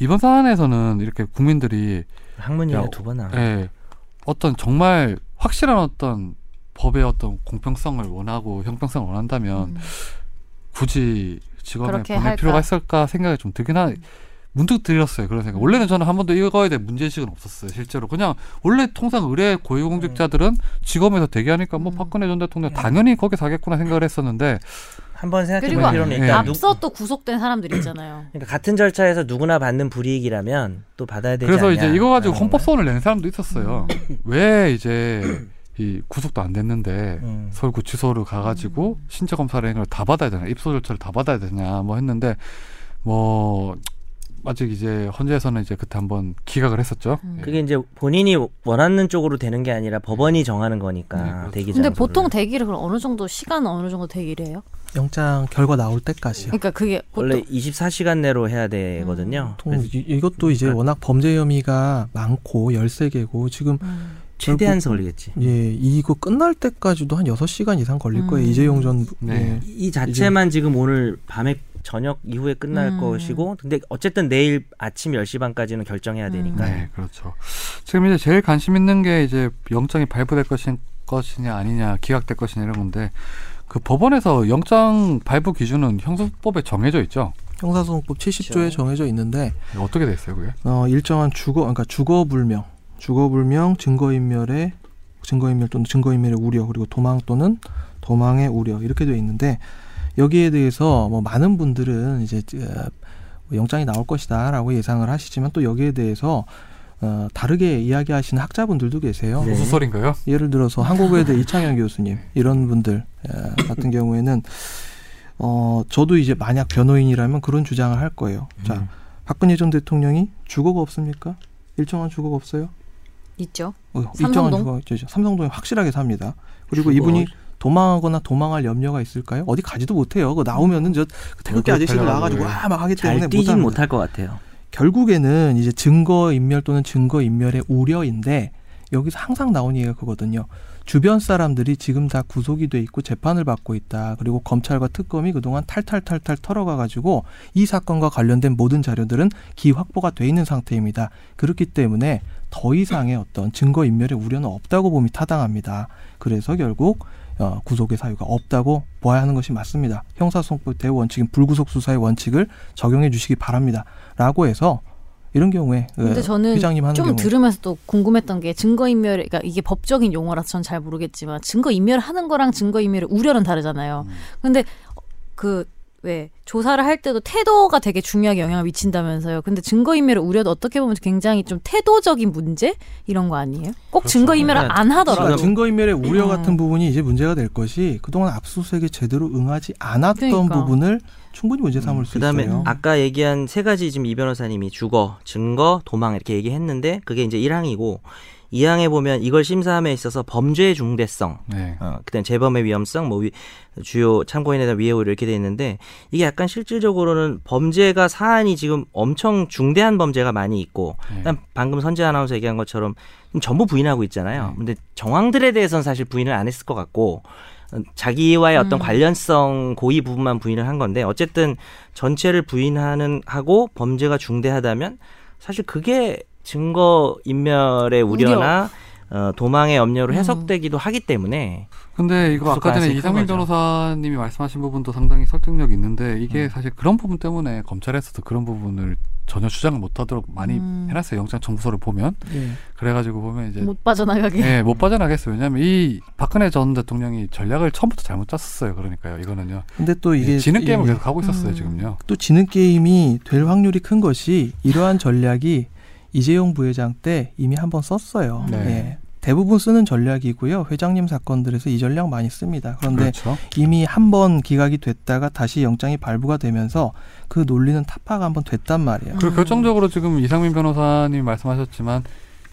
Speaker 1: 이번 사안에서는 이렇게 국민들이
Speaker 2: 학문이야
Speaker 1: 야,
Speaker 2: 두번
Speaker 3: 아,
Speaker 2: 나.
Speaker 3: 네.
Speaker 1: 예, 어떤 정말 확실한 어떤 법의 어떤 공평성을 원하고 형평성을 원한다면
Speaker 3: 음.
Speaker 1: 굳이 직원에
Speaker 3: 그렇게
Speaker 1: 보낼
Speaker 3: 할까? 음.
Speaker 1: 필요가 있을까 생각이 좀 들긴 하. 문득 들었어요 그런 생각. 원래는 저는 한 번도 이거에 대해 문제의식은 없었어요. 실제로 그냥 원래 통상 의뢰 고위공직자들은 직업에서 대기하니까 뭐
Speaker 3: 음.
Speaker 1: 박근혜 전 대통령
Speaker 2: 음.
Speaker 1: 당연히 거기 사겠구나 생각을 했었는데
Speaker 2: 한번 생각해
Speaker 3: 그러니까 그리고
Speaker 2: 볼 필요는
Speaker 1: 예.
Speaker 2: 있다. 누-
Speaker 3: 앞서 또 구속된 사람들 있잖아요.
Speaker 2: 그러니까 같은 절차에서 누구나 받는 불이익이라면 또 받아야 되지
Speaker 1: 그래서
Speaker 2: 않냐.
Speaker 1: 이제 이거 가지고
Speaker 3: 예.
Speaker 2: 라는
Speaker 1: 헌법 소원을 낸 사람도 있었어요.
Speaker 3: 음.
Speaker 1: 왜 이제 이 구속도 안 됐는데
Speaker 2: 거예요. 음.
Speaker 1: 서울 구치소를 가가지고 신체 검사를 행을 다 받아야 되냐, 입소 절차를 다 받아야 되냐 뭐 했는데 뭐 아직 이제 헌재에서는 이제 그때 한번 기각을 했었죠.
Speaker 3: 음.
Speaker 1: 예.
Speaker 2: 그게 이제 본인이 원하는 쪽으로 되는 게 아니라 법원이 정하는
Speaker 1: 네,
Speaker 2: 거니까
Speaker 1: 그렇죠.
Speaker 2: 대기
Speaker 3: 근데
Speaker 2: 장소를.
Speaker 3: 보통 대기를 그럼 어느 정도 시간 어느 정도 대기를 해요?
Speaker 4: 영장 결과 나올 때까지요.
Speaker 3: 그러니까 그게 보통 음.
Speaker 2: 원래 24시간 내로 해야 되거든요.
Speaker 4: 보통 음,
Speaker 1: 음,
Speaker 4: 이- 이것도 이제
Speaker 2: 네.
Speaker 4: 워낙 범죄 혐의가 많고 13개고 지금
Speaker 3: 음.
Speaker 2: 최대한서 걸리겠지.
Speaker 4: 예, 이거 끝날 때까지도 한 6시간 이상 걸릴 거예요.
Speaker 3: 음.
Speaker 4: 이재용 전
Speaker 1: 네.
Speaker 4: 예.
Speaker 2: 이 자체만 지금 오늘 밤에 저녁 이후에 끝날
Speaker 3: 음.
Speaker 2: 것이고 근데 어쨌든 내일 아침 10시 반까지는
Speaker 3: 음.
Speaker 2: 결정해야 되니까.
Speaker 1: 네, 그렇죠. 지금 이제 제일 관심 있는 게 이제 영장이 발부될 것인, 것이냐 아니냐, 기각될 것이냐 이런 건데 그 법원에서 영장 발부 기준은 형사법에 정해져 있죠.
Speaker 4: 형사소송법 70조에
Speaker 2: 그렇죠.
Speaker 4: 정해져 있는데
Speaker 1: 어떻게 돼 있어요, 그게?
Speaker 4: 어, 일정한 주거, 그러니까 주거 불명, 주거 불명, 증거 인멸의 증거 인멸 또는 증거 인멸의 우려 그리고 도망 또는 도망의 우려 이렇게 되어 있는데 여기에 대해서 뭐 많은 분들은 이제 어, 영장이 나올 것이다라고 예상을 하시지만 또 여기에 대해서 어, 다르게 이야기하시는 학자분들도 계세요.
Speaker 2: 네.
Speaker 1: 소설인가요?
Speaker 4: 예를 들어서 한국외대 이창현 교수님 이런 분들 에, 같은 경우에는 어 저도 이제 만약 변호인이라면 그런 주장을 할 거예요. 자 박근혜 전 대통령이 주거가 없습니까? 일정한 주거가 없어요?
Speaker 3: 있죠.
Speaker 4: 어,
Speaker 3: 삼성동?
Speaker 4: 일정한 주거가 있죠. 삼성동에 확실하게 삽니다.
Speaker 2: 주거.
Speaker 4: 그리고 이분이 도망하거나 도망할 염려가 있을까요? 어디 가지도 못해요. 그 나오면은 저 태극기
Speaker 1: 얼굴
Speaker 4: 아저씨들
Speaker 1: 팔려가지고.
Speaker 4: 나와가지고 와 막 하기 때문에
Speaker 2: 잘 뛰진
Speaker 4: 못합니다.
Speaker 2: 못할 것 같아요.
Speaker 4: 결국에는 이제 증거 인멸 또는 증거 인멸의 우려인데 여기서 항상 나온 얘기가 그거든요. 주변 사람들이 지금 다 구속이 돼 있고 재판을 받고 있다. 그리고 검찰과 특검이 그동안 탈탈탈탈 털어가 가지고 이 사건과 관련된 모든 자료들은 기확보가 돼 있는 상태입니다. 그렇기 때문에 더 이상의 어떤 증거 인멸의 우려는 없다고 봄이 타당합니다. 그래서 결국 어, 구속의 사유가 없다고 보아야 하는 것이 맞습니다. 형사소송법 대원칙인 불구속 수사의 원칙을 적용해 주시기 바랍니다. 라고 해서 이런 경우에
Speaker 3: 근데
Speaker 4: 예,
Speaker 3: 저는
Speaker 4: 회장님 하는
Speaker 3: 좀
Speaker 4: 경우
Speaker 3: 들으면서 또 궁금했던 게 증거인멸, 그러니까 이게 법적인 용어라서 전 잘 모르겠지만 증거인멸하는 거랑 증거인멸의 우려는 다르잖아요.
Speaker 1: 음.
Speaker 3: 근데 그 왜 조사를 할 때도 태도가 되게 중요하게 영향을 미친다면서요. 근데 증거인멸의 우려도 어떻게 보면 굉장히 좀 태도적인 문제 이런 거 아니에요? 꼭
Speaker 1: 그렇죠.
Speaker 3: 증거인멸을
Speaker 2: 그러니까
Speaker 3: 안 하더라도
Speaker 4: 증거인멸의 우려
Speaker 3: 음.
Speaker 4: 같은 부분이 이제 문제가 될 것이 그동안 압수수색에 제대로 응하지 않았던
Speaker 3: 그러니까.
Speaker 4: 부분을 충분히 문제 삼을 수
Speaker 2: 그다음에
Speaker 4: 있어요.
Speaker 2: 아까 얘기한 세 가지 지금 이 변호사님이 주거, 증거, 도망 이렇게 얘기했는데 그게 이제 1항이고 2항에 보면 이걸 심사함에 있어서 범죄의 중대성,
Speaker 1: 네.
Speaker 2: 어, 그다음 재범의 위험성, 뭐 위- 주요 참고인에 대한 위해 우려 이렇게 돼 있는데 이게 약간 실질적으로는 범죄가 사안이 지금 엄청 중대한 범죄가 많이 있고
Speaker 1: 네.
Speaker 2: 일단 방금 선재 아나운서 얘기한 것처럼 전부 부인하고
Speaker 1: 네.
Speaker 2: 있잖아요. 근데 정황들에 대해서는 사실 부인을 안 했을 것 같고 어, 자기와의 어떤
Speaker 3: 음.
Speaker 2: 관련성 고의 부분만 부인을 한 건데 어쨌든 전체를 부인하는 하고 범죄가 중대하다면 사실 그게 증거 인멸의 우려나 어, 도망의 염려로
Speaker 3: 음.
Speaker 2: 해석되기도 하기 때문에
Speaker 1: 근데 이거 아까
Speaker 2: 구속할
Speaker 1: 전에
Speaker 2: 수 있는
Speaker 1: 이상민
Speaker 2: 거죠.
Speaker 1: 변호사님이 말씀하신 부분도 상당히 설득력이 있는데 이게
Speaker 2: 음.
Speaker 1: 사실 그런 부분 때문에 검찰에서도 그런 부분을 전혀 주장을 못하도록 많이
Speaker 3: 음.
Speaker 1: 해놨어요 영장 청구서를 보면
Speaker 4: 예.
Speaker 3: 네.
Speaker 1: 그래가지고 보면 이제
Speaker 3: 못 빠져나가게.
Speaker 1: 예, 못 빠져나겠어요. 왜냐하면 이 박근혜 전 대통령이 전략을 처음부터 잘못 짰었어요. 그러니까요. 이거는요.
Speaker 4: 근데 또
Speaker 1: 예,
Speaker 4: 이게
Speaker 1: 지는 게임을
Speaker 4: 예.
Speaker 1: 계속 하고 있었어요.
Speaker 3: 음.
Speaker 1: 지금요.
Speaker 4: 또 지는 게임이 될 확률이 큰 것이 이러한 전략이 이재용 부회장 때 이미 한번 썼어요.
Speaker 1: 네.
Speaker 4: 예. 대부분 쓰는 전략이고요. 회장님 사건들에서 이 전략 많이 씁니다. 그런데
Speaker 1: 그렇죠.
Speaker 4: 이미 한 번 기각이 됐다가 다시 영장이 발부가 되면서 그 논리는 타파가 한 번 됐단 말이에요.
Speaker 1: 그리고
Speaker 3: 음.
Speaker 1: 결정적으로 지금 이상민 변호사님 말씀하셨지만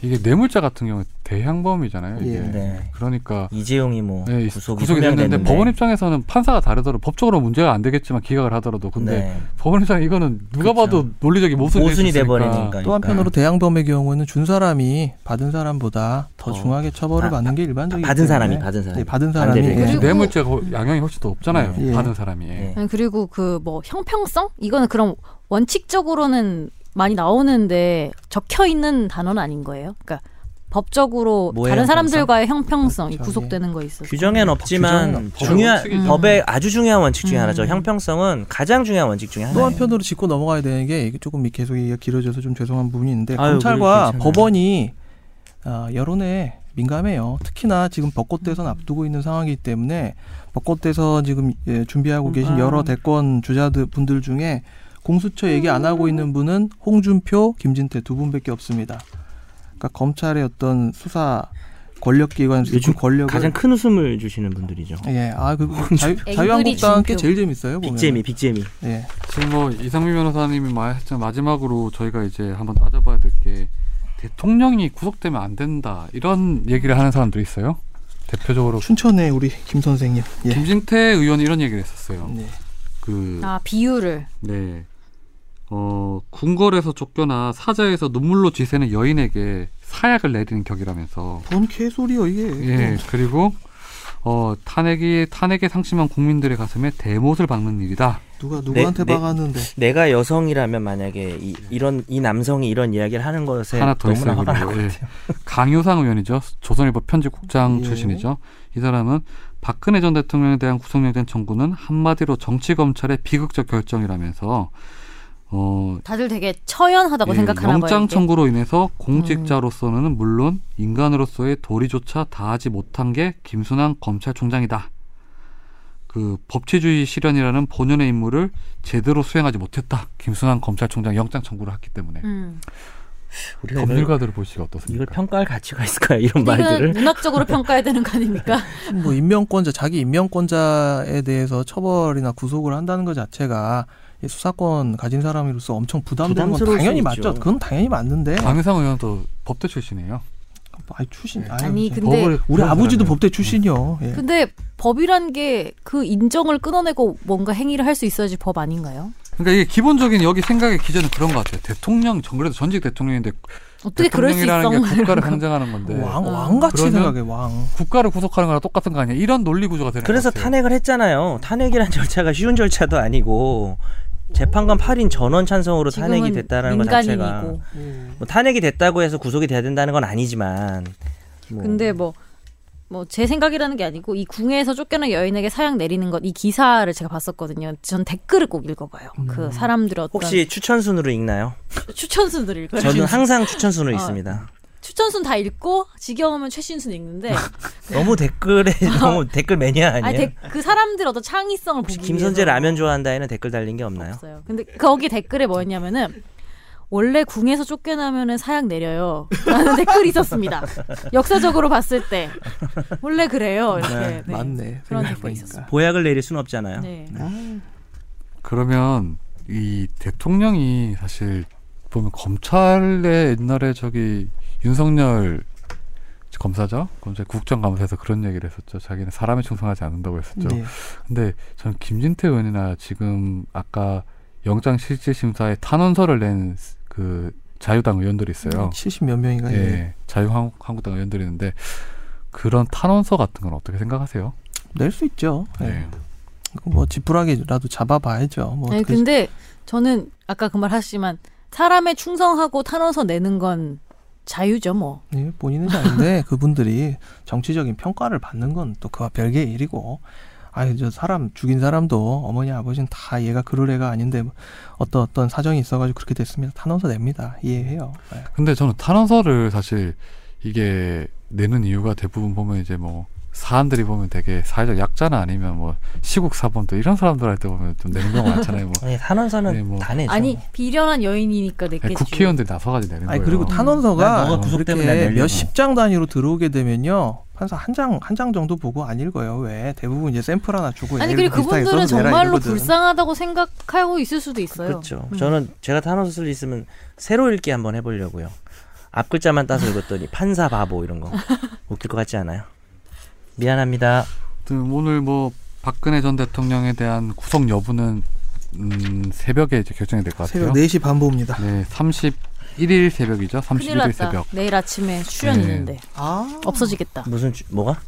Speaker 1: 이게 뇌물자 같은 경우 대항범이잖아요. 이게.
Speaker 4: 예.
Speaker 2: 네.
Speaker 1: 그러니까
Speaker 2: 이재용이 뭐
Speaker 1: 네,
Speaker 2: 구속이,
Speaker 1: 구속이 됐는데
Speaker 2: 소명됐는데
Speaker 1: 법원 입장에서는 판사가 다르더라도 법적으로 문제가 안 되겠지만 기각을 하더라도 근데
Speaker 2: 네.
Speaker 1: 법원 입장 이거는 누가
Speaker 2: 그렇죠.
Speaker 1: 봐도 논리적인 모순이, 될수
Speaker 2: 모순이
Speaker 1: 있으니까.
Speaker 2: 돼버리니까 아,
Speaker 4: 또 한편으로 대항범의 경우에는 준 사람이 받은 사람보다 더
Speaker 2: 어.
Speaker 4: 중하게 처벌을
Speaker 2: 아,
Speaker 4: 받는 게 일반적이에요.
Speaker 2: 받은 사람이 받은 사람이
Speaker 4: 네, 받은 사람이
Speaker 2: 반대로
Speaker 4: 예.
Speaker 1: 그렇지.
Speaker 3: 그리고-
Speaker 1: 뇌물죄 거- 양형이 훨씬 더 없잖아요.
Speaker 4: 예.
Speaker 1: 받은 사람이.
Speaker 2: 네.
Speaker 3: 아니, 그리고 그 뭐 형평성? 이거는 그럼 원칙적으로는 많이 나오는데 적혀 있는 단어는 아닌 거예요. 그러니까 법적으로
Speaker 2: 뭐의
Speaker 3: 다른
Speaker 2: 형평성?
Speaker 3: 사람들과의 형평성, 이
Speaker 4: 그렇죠,
Speaker 3: 구속되는 거 있어서.
Speaker 1: 네.
Speaker 2: 규정엔
Speaker 4: 규정엔
Speaker 2: 없지만
Speaker 4: 없죠.
Speaker 2: 중요한
Speaker 1: 원칙이죠.
Speaker 2: 법의 아주 중요한 원칙 중에
Speaker 3: 음.
Speaker 2: 하나죠. 형평성은 가장 중요한 원칙 중에
Speaker 4: 또
Speaker 2: 하나예요.
Speaker 4: 한편으로 짚고 넘어가야 되는 게 이게 조금 이- 계속 얘기가 길어져서 좀 죄송한 부분이 있는데
Speaker 2: 아유, 그래도
Speaker 4: 검찰과
Speaker 2: 괜찮아요.
Speaker 4: 법원이 아, 여론에 민감해요. 특히나 지금 벚꽃 대선
Speaker 2: 음.
Speaker 4: 앞두고 있는 상황이기 때문에 벚꽃 대선 지금 예, 준비하고 계신
Speaker 2: 음.
Speaker 4: 여러 대권 주자들 분들 중에 공수처 얘기 안
Speaker 2: 음.
Speaker 4: 하고 있는 분은 홍준표, 김진태 두 분밖에 없습니다. 그러니까 검찰의 어떤 수사 권력기관 그
Speaker 2: 요즘
Speaker 4: 권력을
Speaker 2: 가장 큰 웃음을 주시는 분들이죠.
Speaker 1: 네,
Speaker 4: 예, 아, 그 자유,
Speaker 3: 앵글이
Speaker 4: 자유한국당 게
Speaker 3: 준표.
Speaker 4: 제일 재밌어요. 보면.
Speaker 2: 빅재미, 빅재미.
Speaker 4: 예,
Speaker 1: 지금 뭐 이상민 변호사님이 말했지만 마지막으로 저희가 이제 한번 따져봐야 될 게 대통령이 구속되면 안 된다 이런 얘기를 하는 사람들이 있어요. 대표적으로
Speaker 4: 춘천의 우리 김 선생님. 예.
Speaker 1: 김진태 의원이 이런 얘기를 했었어요.
Speaker 4: 네.
Speaker 1: 그
Speaker 3: 아, 비유를.
Speaker 1: 네. 어, 궁궐에서 쫓겨나 사자에서 눈물로 지새는 여인에게 사약을 내리는 격이라면서.
Speaker 4: 뭔 개소리야 이게.
Speaker 2: 네.
Speaker 4: 뭐
Speaker 1: 예, 그리고 어, 탄핵이 탄핵에 상심한 국민들의 가슴에 대못을 박는 일이다.
Speaker 4: 누가
Speaker 2: 네,
Speaker 4: 누구한테
Speaker 2: 네.
Speaker 4: 박았는데.
Speaker 2: 내가 여성이라면 만약에 이, 이런 이 남성이 이런 이야기를 하는 것에
Speaker 1: 하나 더
Speaker 2: 네, 너무나
Speaker 1: 있어요.
Speaker 2: 화가
Speaker 1: 그리고. 예. 강효상 의원이죠. 조선일보 편집국장
Speaker 4: 예.
Speaker 1: 출신이죠. 이 사람은 박근혜 전 대통령에 대한 구속영장 청구는 한마디로 정치 검찰의 비극적 결정이라면서 어,
Speaker 3: 다들 되게 처연하다고
Speaker 1: 예,
Speaker 3: 생각하나 봐요.
Speaker 1: 영장
Speaker 3: 이게. 음.
Speaker 1: 청구로 인해서 공직자로서는 물론 인간으로서의 도리조차 다하지 못한 게 김순환 검찰총장이다. 그 법치주의 실현이라는 본연의 임무를 제대로 수행하지 못했다. 김순환 검찰총장 영장 청구를 했기 때문에
Speaker 3: 음.
Speaker 2: 우리가 이걸,
Speaker 1: 법률가들을 보시기
Speaker 2: 이걸
Speaker 1: 어떻습니까?
Speaker 2: 평가할 가치가 있을까요? 이런
Speaker 3: 이거는
Speaker 2: 말들을.
Speaker 3: 문학적으로 평가해야 되는 거 아닙니까?
Speaker 4: 뭐 인명권자 자기 인명권자에 대해서 처벌이나 구속을 한다는 것 자체가 이 수사권 가진 사람으로서 엄청 부담되는 건
Speaker 2: 부담스러울 수
Speaker 4: 당연히
Speaker 2: 있죠.
Speaker 4: 맞죠. 아. 그건 당연히 맞는데.
Speaker 1: 강효상 의원도 법대 출신이에요.
Speaker 4: 아이 출신. 아유,
Speaker 3: 아니,
Speaker 4: 진짜.
Speaker 3: 근데
Speaker 4: 우리
Speaker 1: 그런
Speaker 4: 아버지도
Speaker 1: 사람이에요.
Speaker 4: 법대 출신이요.
Speaker 2: 네.
Speaker 4: 예.
Speaker 3: 근데 법이란 게 그 인정을 끊어내고 뭔가 행위를 할 수 있어야지 법 아닌가요?
Speaker 1: 그러니까 이게 기본적인 여기 생각의 기준은 그런 것 같아요. 대통령 전 그래도 전직 대통령인데
Speaker 3: 어떻게 그럴 수 있어?
Speaker 1: 대통령이라는 게 국가를 강장하는 건데
Speaker 4: 왕
Speaker 3: 음.
Speaker 4: 왕같이
Speaker 1: 그러면-
Speaker 4: 생각해 왕.
Speaker 1: 국가를 구속하는 거랑 똑같은 거 아니야? 이런 논리 구조가
Speaker 4: 네,
Speaker 1: 되는
Speaker 2: 그래서
Speaker 1: 것 같아요.
Speaker 2: 탄핵을 했잖아요. 탄핵이란 절차가 쉬운 절차도 아니고 재판관 8인 전원 찬성으로 탄핵이
Speaker 3: 지금은
Speaker 2: 됐다는 것
Speaker 3: 민간인이고.
Speaker 2: 자체가 뭐 탄핵이 됐다고 해서 구속이 돼야 된다는 건 아니지만 뭐
Speaker 3: 근데 뭐 뭐 제 생각이라는 게 아니고 이 궁에서 쫓겨난 여인에게 사양 내리는 것 이 기사를 제가 봤었거든요. 전 댓글을 꼭 읽어봐요.
Speaker 4: 음.
Speaker 3: 그 사람들의 어떤 그
Speaker 2: 혹시 추천 순으로 읽나요?
Speaker 3: 추천순들 읽어요.
Speaker 2: 저는 항상 추천 순으로
Speaker 3: 어.
Speaker 2: 있습니다.
Speaker 3: 추천순 다 읽고 지겨우면 최신순 읽는데
Speaker 2: 너무 댓글에 너무 댓글 아, 매니아 아니에요?
Speaker 3: 네. 어. 아니, 데- 그 사람들 어떤 창의성을 보기
Speaker 2: 혹시
Speaker 3: 위해서
Speaker 2: 김선재 라면 좋아한다에는 댓글 달린 게 없나요?
Speaker 3: 없어요. 근데 거기 댓글에 뭐였냐면은 원래 궁에서 쫓겨나면은 사양 내려요. 라는 댓글이 있었습니다. 역사적으로 봤을 때 원래 그래요. 이렇게 네.
Speaker 4: 맞네.
Speaker 3: 그런 댓글이
Speaker 4: 생각해보니까.
Speaker 3: 있었어요.
Speaker 2: 보약을 내릴 순 없잖아요.
Speaker 3: 네.
Speaker 4: 아,
Speaker 1: 그러면 이 대통령이 사실 보면 검찰의 옛날에 저기 윤석열 검사죠? 검찰 국정감사에서 그런 얘기를 했었죠. 자기는 사람에 충성하지 않는다고 했었죠.
Speaker 4: 네.
Speaker 1: 근데 전 김진태 의원이나 지금 아까 영장 실질 심사에 탄원서를 낸 그 자유당 의원들이 있어요.
Speaker 4: 70몇
Speaker 2: 음, 네.
Speaker 4: 명인가?
Speaker 1: 예,
Speaker 4: 예.
Speaker 1: 자유한국당 의원들이 있는데 그런 탄원서 같은 건 어떻게 생각하세요?
Speaker 4: 낼수 있죠. 예.
Speaker 1: 네.
Speaker 4: 뭐 지푸라기라도 잡아봐야죠. 뭐
Speaker 3: 아니
Speaker 4: 어떻게
Speaker 3: 근데 저는 아까 그 말 하시지만 사람에 충성하고 탄원서 내는 건 자유죠 뭐.
Speaker 4: 예, 본인은 아닌데 그분들이 정치적인 평가를 받는 건 또 그와 별개의 일이고 아니 저 사람 죽인 사람도 어머니 아버지는 다 얘가 그럴 애가 아닌데 뭐 어떤 어떤 사정이 있어가지고 그렇게 됐습니다 탄원서 냅니다 이해해요 예.
Speaker 1: 근데 저는 탄원서를 사실 이게 내는 이유가 대부분 보면 이제 뭐 사람들이 보면 되게 사회적 약자나 아니면 뭐 시국 사범들 이런 사람들 할 때 보면 좀 내는 경우 많잖아요. 뭐
Speaker 2: 아니, 탄원서는
Speaker 1: 네, 뭐.
Speaker 2: 다 내죠.
Speaker 3: 아니 비련한 여인이니까 냈겠지.
Speaker 1: 국회의원들이 나서가지고
Speaker 2: 네,
Speaker 1: 내는
Speaker 4: 아니
Speaker 1: 거예요.
Speaker 4: 그리고
Speaker 2: 난 네, 너가
Speaker 4: 탄원서가
Speaker 2: 구속 때문에 안
Speaker 4: 그렇게
Speaker 2: 열리고.
Speaker 4: 몇십 장 단위로 들어오게 되면요 판사 한 장 한 장 정도 보고 안 읽어요 왜 대부분 이제 샘플 하나 주고
Speaker 3: 아니
Speaker 4: 얘를
Speaker 3: 그리고
Speaker 4: 뭐 비슷하게
Speaker 3: 그분들은
Speaker 4: 써서 내라
Speaker 3: 정말로
Speaker 4: 이러거든.
Speaker 3: 불쌍하다고 생각하고 있을 수도 있어요.
Speaker 2: 그렇죠.
Speaker 3: 음.
Speaker 2: 저는 제가 탄원서 쓸 일 있으면 새로 읽기 한번 해보려고요. 앞 글자만 따서 읽었더니 판사 바보 이런 거 웃길 것 같지 않아요? 미안합니다.
Speaker 1: 아무튼 오늘 뭐 박근혜 전 대통령에 대한 구속 여부는 음, 새벽에 이제 결정이 될 것 같아요.
Speaker 4: 새벽 네? 4시 반 보입니다
Speaker 1: 네, 31일 새벽이죠.
Speaker 3: 큰일
Speaker 1: 31일
Speaker 3: 났다.
Speaker 1: 새벽.
Speaker 3: 내일 아침에 출연
Speaker 1: 네.
Speaker 3: 있는데
Speaker 4: 아
Speaker 3: 없어지겠다.
Speaker 2: 무슨 주- 뭐가?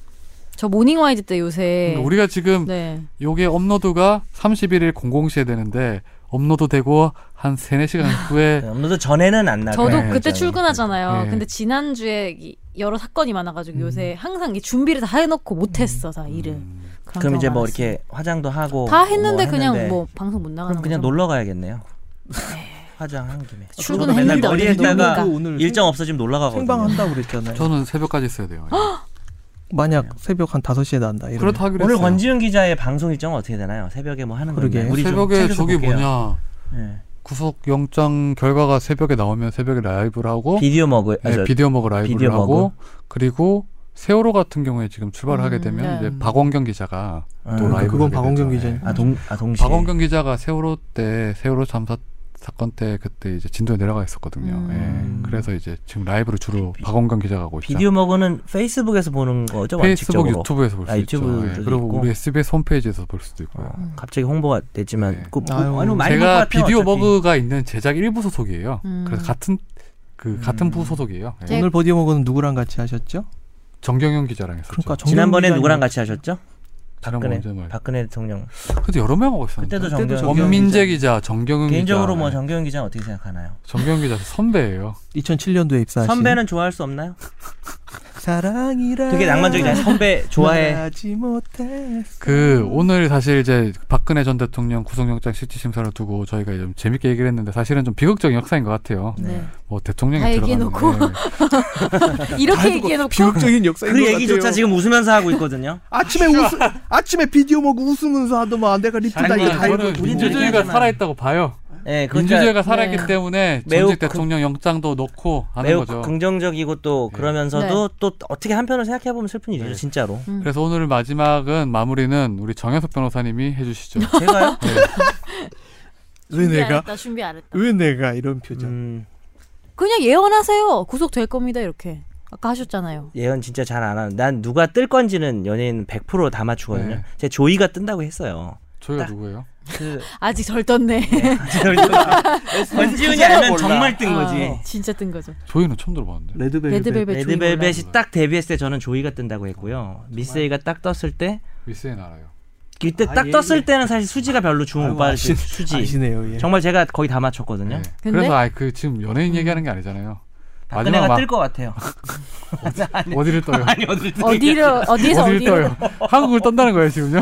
Speaker 3: 저 모닝와이드 때 요새
Speaker 1: 그러니까 우리가 지금
Speaker 3: 네.
Speaker 1: 요게 업로드가 31일 00시에 되는데 업로드 되고 한 3, 4시간 후에
Speaker 2: 아무래도 전에는 안 나가.
Speaker 3: 저도
Speaker 1: 네,
Speaker 3: 그때 출근하잖아요.
Speaker 1: 네.
Speaker 3: 근데 지난주에 이- 여러 사건이 많아가지고 요새 항상 이 준비를 다 해놓고 못했어, 다 일을.
Speaker 1: 음,
Speaker 3: 그런
Speaker 2: 그럼
Speaker 3: 경우가
Speaker 2: 이제 뭐
Speaker 3: 많았어요.
Speaker 2: 이렇게 화장도 하고
Speaker 3: 다 했는데
Speaker 2: 뭐
Speaker 3: 그냥 뭐 방송 못 나가는
Speaker 2: 그럼 그냥
Speaker 3: 거죠.
Speaker 2: 놀러 가야겠네요. 화장한 김에.
Speaker 3: 출근했는데
Speaker 2: 저도 맨날
Speaker 3: 어디서
Speaker 2: 머리에다가
Speaker 4: 놀니까. 오늘
Speaker 2: 일정 없어지면 놀러 가거든요.
Speaker 4: 생방한다고 그랬잖아요
Speaker 1: 저는 새벽까지 있어야 돼요.
Speaker 4: 만약 새벽 한 5시에 난다 이러면
Speaker 1: 그렇다 하기로
Speaker 2: 오늘
Speaker 1: 했어요.
Speaker 2: 권지윤 기자의 방송 일정은 어떻게 되나요? 새벽에 뭐 하는
Speaker 4: 그러게.
Speaker 2: 건가요? 우리 좀
Speaker 1: 새벽에
Speaker 2: 챙겨서
Speaker 1: 저기
Speaker 2: 볼게요.
Speaker 1: 뭐냐
Speaker 2: 예.
Speaker 1: 구속 영장 결과가 새벽에 나오면 새벽에 라이브를 하고
Speaker 2: 비디오 먹을 아,
Speaker 1: 네,
Speaker 2: 저-
Speaker 1: 비디오 먹을 라이브를
Speaker 2: 비디오
Speaker 1: 하고
Speaker 2: 먹을.
Speaker 1: 그리고 세월호 같은 경우에 지금 출발을 하게
Speaker 3: 음,
Speaker 1: 되면
Speaker 3: 네.
Speaker 1: 이제 박원경 기자가
Speaker 2: 아,
Speaker 1: 또
Speaker 4: 음,
Speaker 1: 라이브
Speaker 4: 그건 박원경 기자니까.
Speaker 2: 아, 동, 아 동시에
Speaker 1: 박원경 기자가 세월호 때 세월호 참사 사건 때 그때 이제 진도에 내려가 있었거든요.
Speaker 3: 음.
Speaker 1: 예. 그래서 이제 지금 라이브를 주로 박원경 기자가 하고 있죠.
Speaker 2: 비디오 먹어는 페이스북에서 보는 거죠
Speaker 1: 페이스북
Speaker 2: 원칙적으로.
Speaker 1: 유튜브에서 볼 수
Speaker 2: 아,
Speaker 1: 있죠.
Speaker 2: 유튜브도
Speaker 1: 예. 그리고
Speaker 2: 있고.
Speaker 1: 우리 SBS 홈페이지에서 볼 수도 있고요.
Speaker 2: 어, 갑자기 홍보가 됐지만
Speaker 1: 네.
Speaker 2: 그, 그,
Speaker 4: 아유,
Speaker 2: 아니, 많이 볼것
Speaker 1: 제가
Speaker 2: 같아요,
Speaker 1: 비디오
Speaker 2: 어차피.
Speaker 1: 버그가 있는 제작 일부 소속이에요.
Speaker 3: 음.
Speaker 1: 그래서 같은 그
Speaker 2: 음.
Speaker 1: 같은 부 소속이에요. 예.
Speaker 3: 제-
Speaker 4: 오늘 버디먹은 누구랑 같이 하셨죠?
Speaker 1: 정경영 기자랑 했었죠.
Speaker 4: 그러니까 정경
Speaker 2: 그렇죠. 지난번에
Speaker 4: 기자님.
Speaker 2: 누구랑 같이 하셨죠?
Speaker 1: 지난번
Speaker 2: 박근혜
Speaker 1: 언제 말-
Speaker 2: 박근혜 대통령
Speaker 1: 그때 여러 명 하고 있었는데.
Speaker 2: 그때도
Speaker 4: 네. 그때도
Speaker 2: 정경
Speaker 4: 정경-
Speaker 1: 원민재 기자, 정경영 기자.
Speaker 2: 개인적으로
Speaker 1: 예.
Speaker 2: 뭐 정경윤 기자 는 어떻게 생각하나요?
Speaker 1: 정경영 기자 선배예요.
Speaker 4: 2007년도에 입사하신
Speaker 2: 선배는 좋아할 수 없나요?
Speaker 4: 사랑이라
Speaker 2: 되게 낭만적이잖아요.
Speaker 4: 네.
Speaker 2: 선배 좋아해.
Speaker 4: 말하지 못했어.
Speaker 1: 그
Speaker 3: 음.
Speaker 1: 오늘 사실 이제 박근혜 전 대통령 구속영장 실질심사를 두고 저희가 좀 재밌게 얘기를 했는데 사실은 좀 비극적인 역사인 것 같아요.
Speaker 3: 네.
Speaker 1: 뭐 대통령이
Speaker 3: 다
Speaker 1: 들어가는
Speaker 3: 얘기해놓고.
Speaker 1: 네.
Speaker 3: 이렇게 얘기해놓고
Speaker 4: 비극적인 역사인
Speaker 2: 그
Speaker 4: 것
Speaker 2: 얘기조차
Speaker 4: 같아요.
Speaker 2: 지금 웃으면서 하고 있거든요.
Speaker 4: 아침에 웃 아침에 비디오 먹고 웃으면서 하더만 내가 리프다
Speaker 2: 아니,
Speaker 4: 이거 다
Speaker 2: 그거는
Speaker 4: 읽어
Speaker 2: 우린
Speaker 1: 민주주의가
Speaker 2: 얘기하지만.
Speaker 1: 살아있다고 봐요.
Speaker 2: 예, 그러니까
Speaker 1: 민주주의가 살아있기
Speaker 3: 네.
Speaker 1: 때문에
Speaker 2: 매우
Speaker 1: 전직
Speaker 2: 그-
Speaker 1: 대통령 영장도 넣고 하는
Speaker 2: 매우
Speaker 1: 거죠.
Speaker 2: 긍정적이고 또
Speaker 1: 네.
Speaker 2: 그러면서도 또 어떻게 한편으로 생각해 보면 슬픈 일이죠,
Speaker 1: 네.
Speaker 2: 진짜로.
Speaker 1: 그래서 오늘 마지막은 마무리는 우리 정현석 변호사님이 해주시죠.
Speaker 2: 제가요?
Speaker 4: 왜
Speaker 3: 준비 안
Speaker 4: 내가
Speaker 3: 했다, 준비 안 했다.
Speaker 4: 왜 내가 이런 표정
Speaker 2: 음,
Speaker 3: 그냥 예언하세요. 구속될 겁니다, 이렇게. 아까 하셨잖아요.
Speaker 2: 예언 진짜 잘 안 하는. 난 누가 뜰 건지는 연예인 100%다 맞추거든요.
Speaker 1: 네.
Speaker 2: 제 조이가 뜬다고 했어요.
Speaker 1: 저희가
Speaker 2: 딱.
Speaker 1: 누구예요?
Speaker 2: 그
Speaker 3: 아직 덜 떴네.
Speaker 2: 권지훈이 알면 정말 뜬 거지.
Speaker 3: 아, 진짜 뜬 거죠.
Speaker 1: 저희는 처음 들어봤는데.
Speaker 4: 레드벨벳
Speaker 3: 레드벨벳 조이 몰라.
Speaker 2: 레드벨벳이 딱 데뷔했을 때 저는 조이가 뜬다고 했고요. 미세이가 딱 떴을 때
Speaker 1: 미스엔 알아요.
Speaker 2: 그때
Speaker 4: 아,
Speaker 2: 딱
Speaker 4: 예,
Speaker 2: 떴을
Speaker 4: 예.
Speaker 2: 때는 사실 수지가 별로 주목 못
Speaker 4: 아이고,
Speaker 2: 받았지.
Speaker 4: 아시-
Speaker 2: 수지.
Speaker 4: 아시네요 예.
Speaker 2: 정말 제가 거의 다 맞췄거든요.
Speaker 1: 네.
Speaker 3: 근데?
Speaker 1: 그래서 아그 지금 연예인 얘기하는 게 아니잖아요.
Speaker 2: 박근혜가
Speaker 1: 막-
Speaker 2: 뜰 것 같아요. 아니,
Speaker 1: 어디를 떠요?
Speaker 2: 아니 어디를 떠요?
Speaker 3: 어디로 어디서
Speaker 1: 어디를
Speaker 3: 어디로
Speaker 1: 떠요? 한국을 떤다는 거예요 지금요?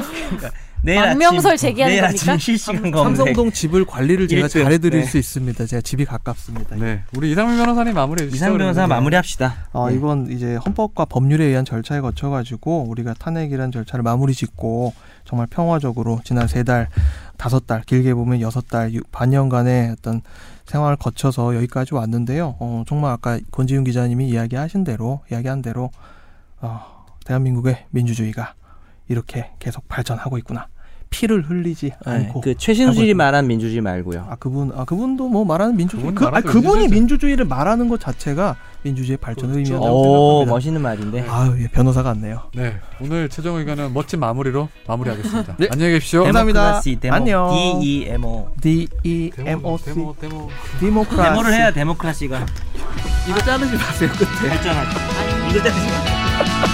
Speaker 2: 내일 아침-
Speaker 3: 망명설 제기하는
Speaker 2: 내일
Speaker 3: 겁니까?
Speaker 2: 아침 실시간 검색.
Speaker 4: 삼성동 네. 집을 관리를 제가
Speaker 2: 일등.
Speaker 4: 잘해드릴
Speaker 2: 네.
Speaker 4: 수 있습니다. 제가 집이 가깝습니다.
Speaker 1: 네, 우리 이상민 변호사님 마무리해 주시죠.
Speaker 2: 이상 변호사
Speaker 1: 그러면.
Speaker 2: 마무리합시다.
Speaker 4: 어,
Speaker 1: 예.
Speaker 2: 네.
Speaker 4: 이번 이제 헌법과 법률에 의한 절차에 거쳐가지고 우리가 탄핵이란 절차를 마무리 짓고 정말 평화적으로 지난 세 달, 다섯 달, 길게 보면 여섯 달, 육- 반년간의 어떤 생활을 거쳐서 여기까지 왔는데요. 어, 정말 아까 권지윤 기자님이 이야기하신 대로, 이야기한 대로, 어, 대한민국의 민주주의가 이렇게 계속 발전하고 있구나. 피를 흘리지
Speaker 1: 아, 예,
Speaker 2: 네,
Speaker 4: 않고.
Speaker 2: 그 최신수일이
Speaker 4: 하고
Speaker 2: 말한 민주주의 말고요.
Speaker 4: 아 그분 아 그분도 뭐 말하는 민주주의
Speaker 1: 그분
Speaker 4: 그, 아
Speaker 1: 말하는
Speaker 4: 그분이
Speaker 1: 민주주의죠.
Speaker 4: 민주주의를 말하는 것 자체가 민주주의 발전을
Speaker 1: 그렇죠.
Speaker 4: 의미한다고
Speaker 2: 오
Speaker 4: 생각합니다.
Speaker 2: 멋있는 말인데.
Speaker 4: 어, 아유 예, 변호사 같네요.
Speaker 1: 네, 오늘 최종 의견은 멋진 마무리로 마무리하겠습니다.
Speaker 4: 네.
Speaker 1: 안녕히 계십시오.
Speaker 4: 네. 감사합니다.
Speaker 2: 데모크라시, 데모.
Speaker 4: 안녕.
Speaker 2: D E M O.
Speaker 4: D E M
Speaker 1: 데모,
Speaker 4: O C
Speaker 1: 데모, 데모.
Speaker 4: 디모크라시
Speaker 2: 데모를 해야 데모크라시가
Speaker 4: 이거 자르지 마세요 끝에.
Speaker 2: 발전하죠. 이거 자르지 마.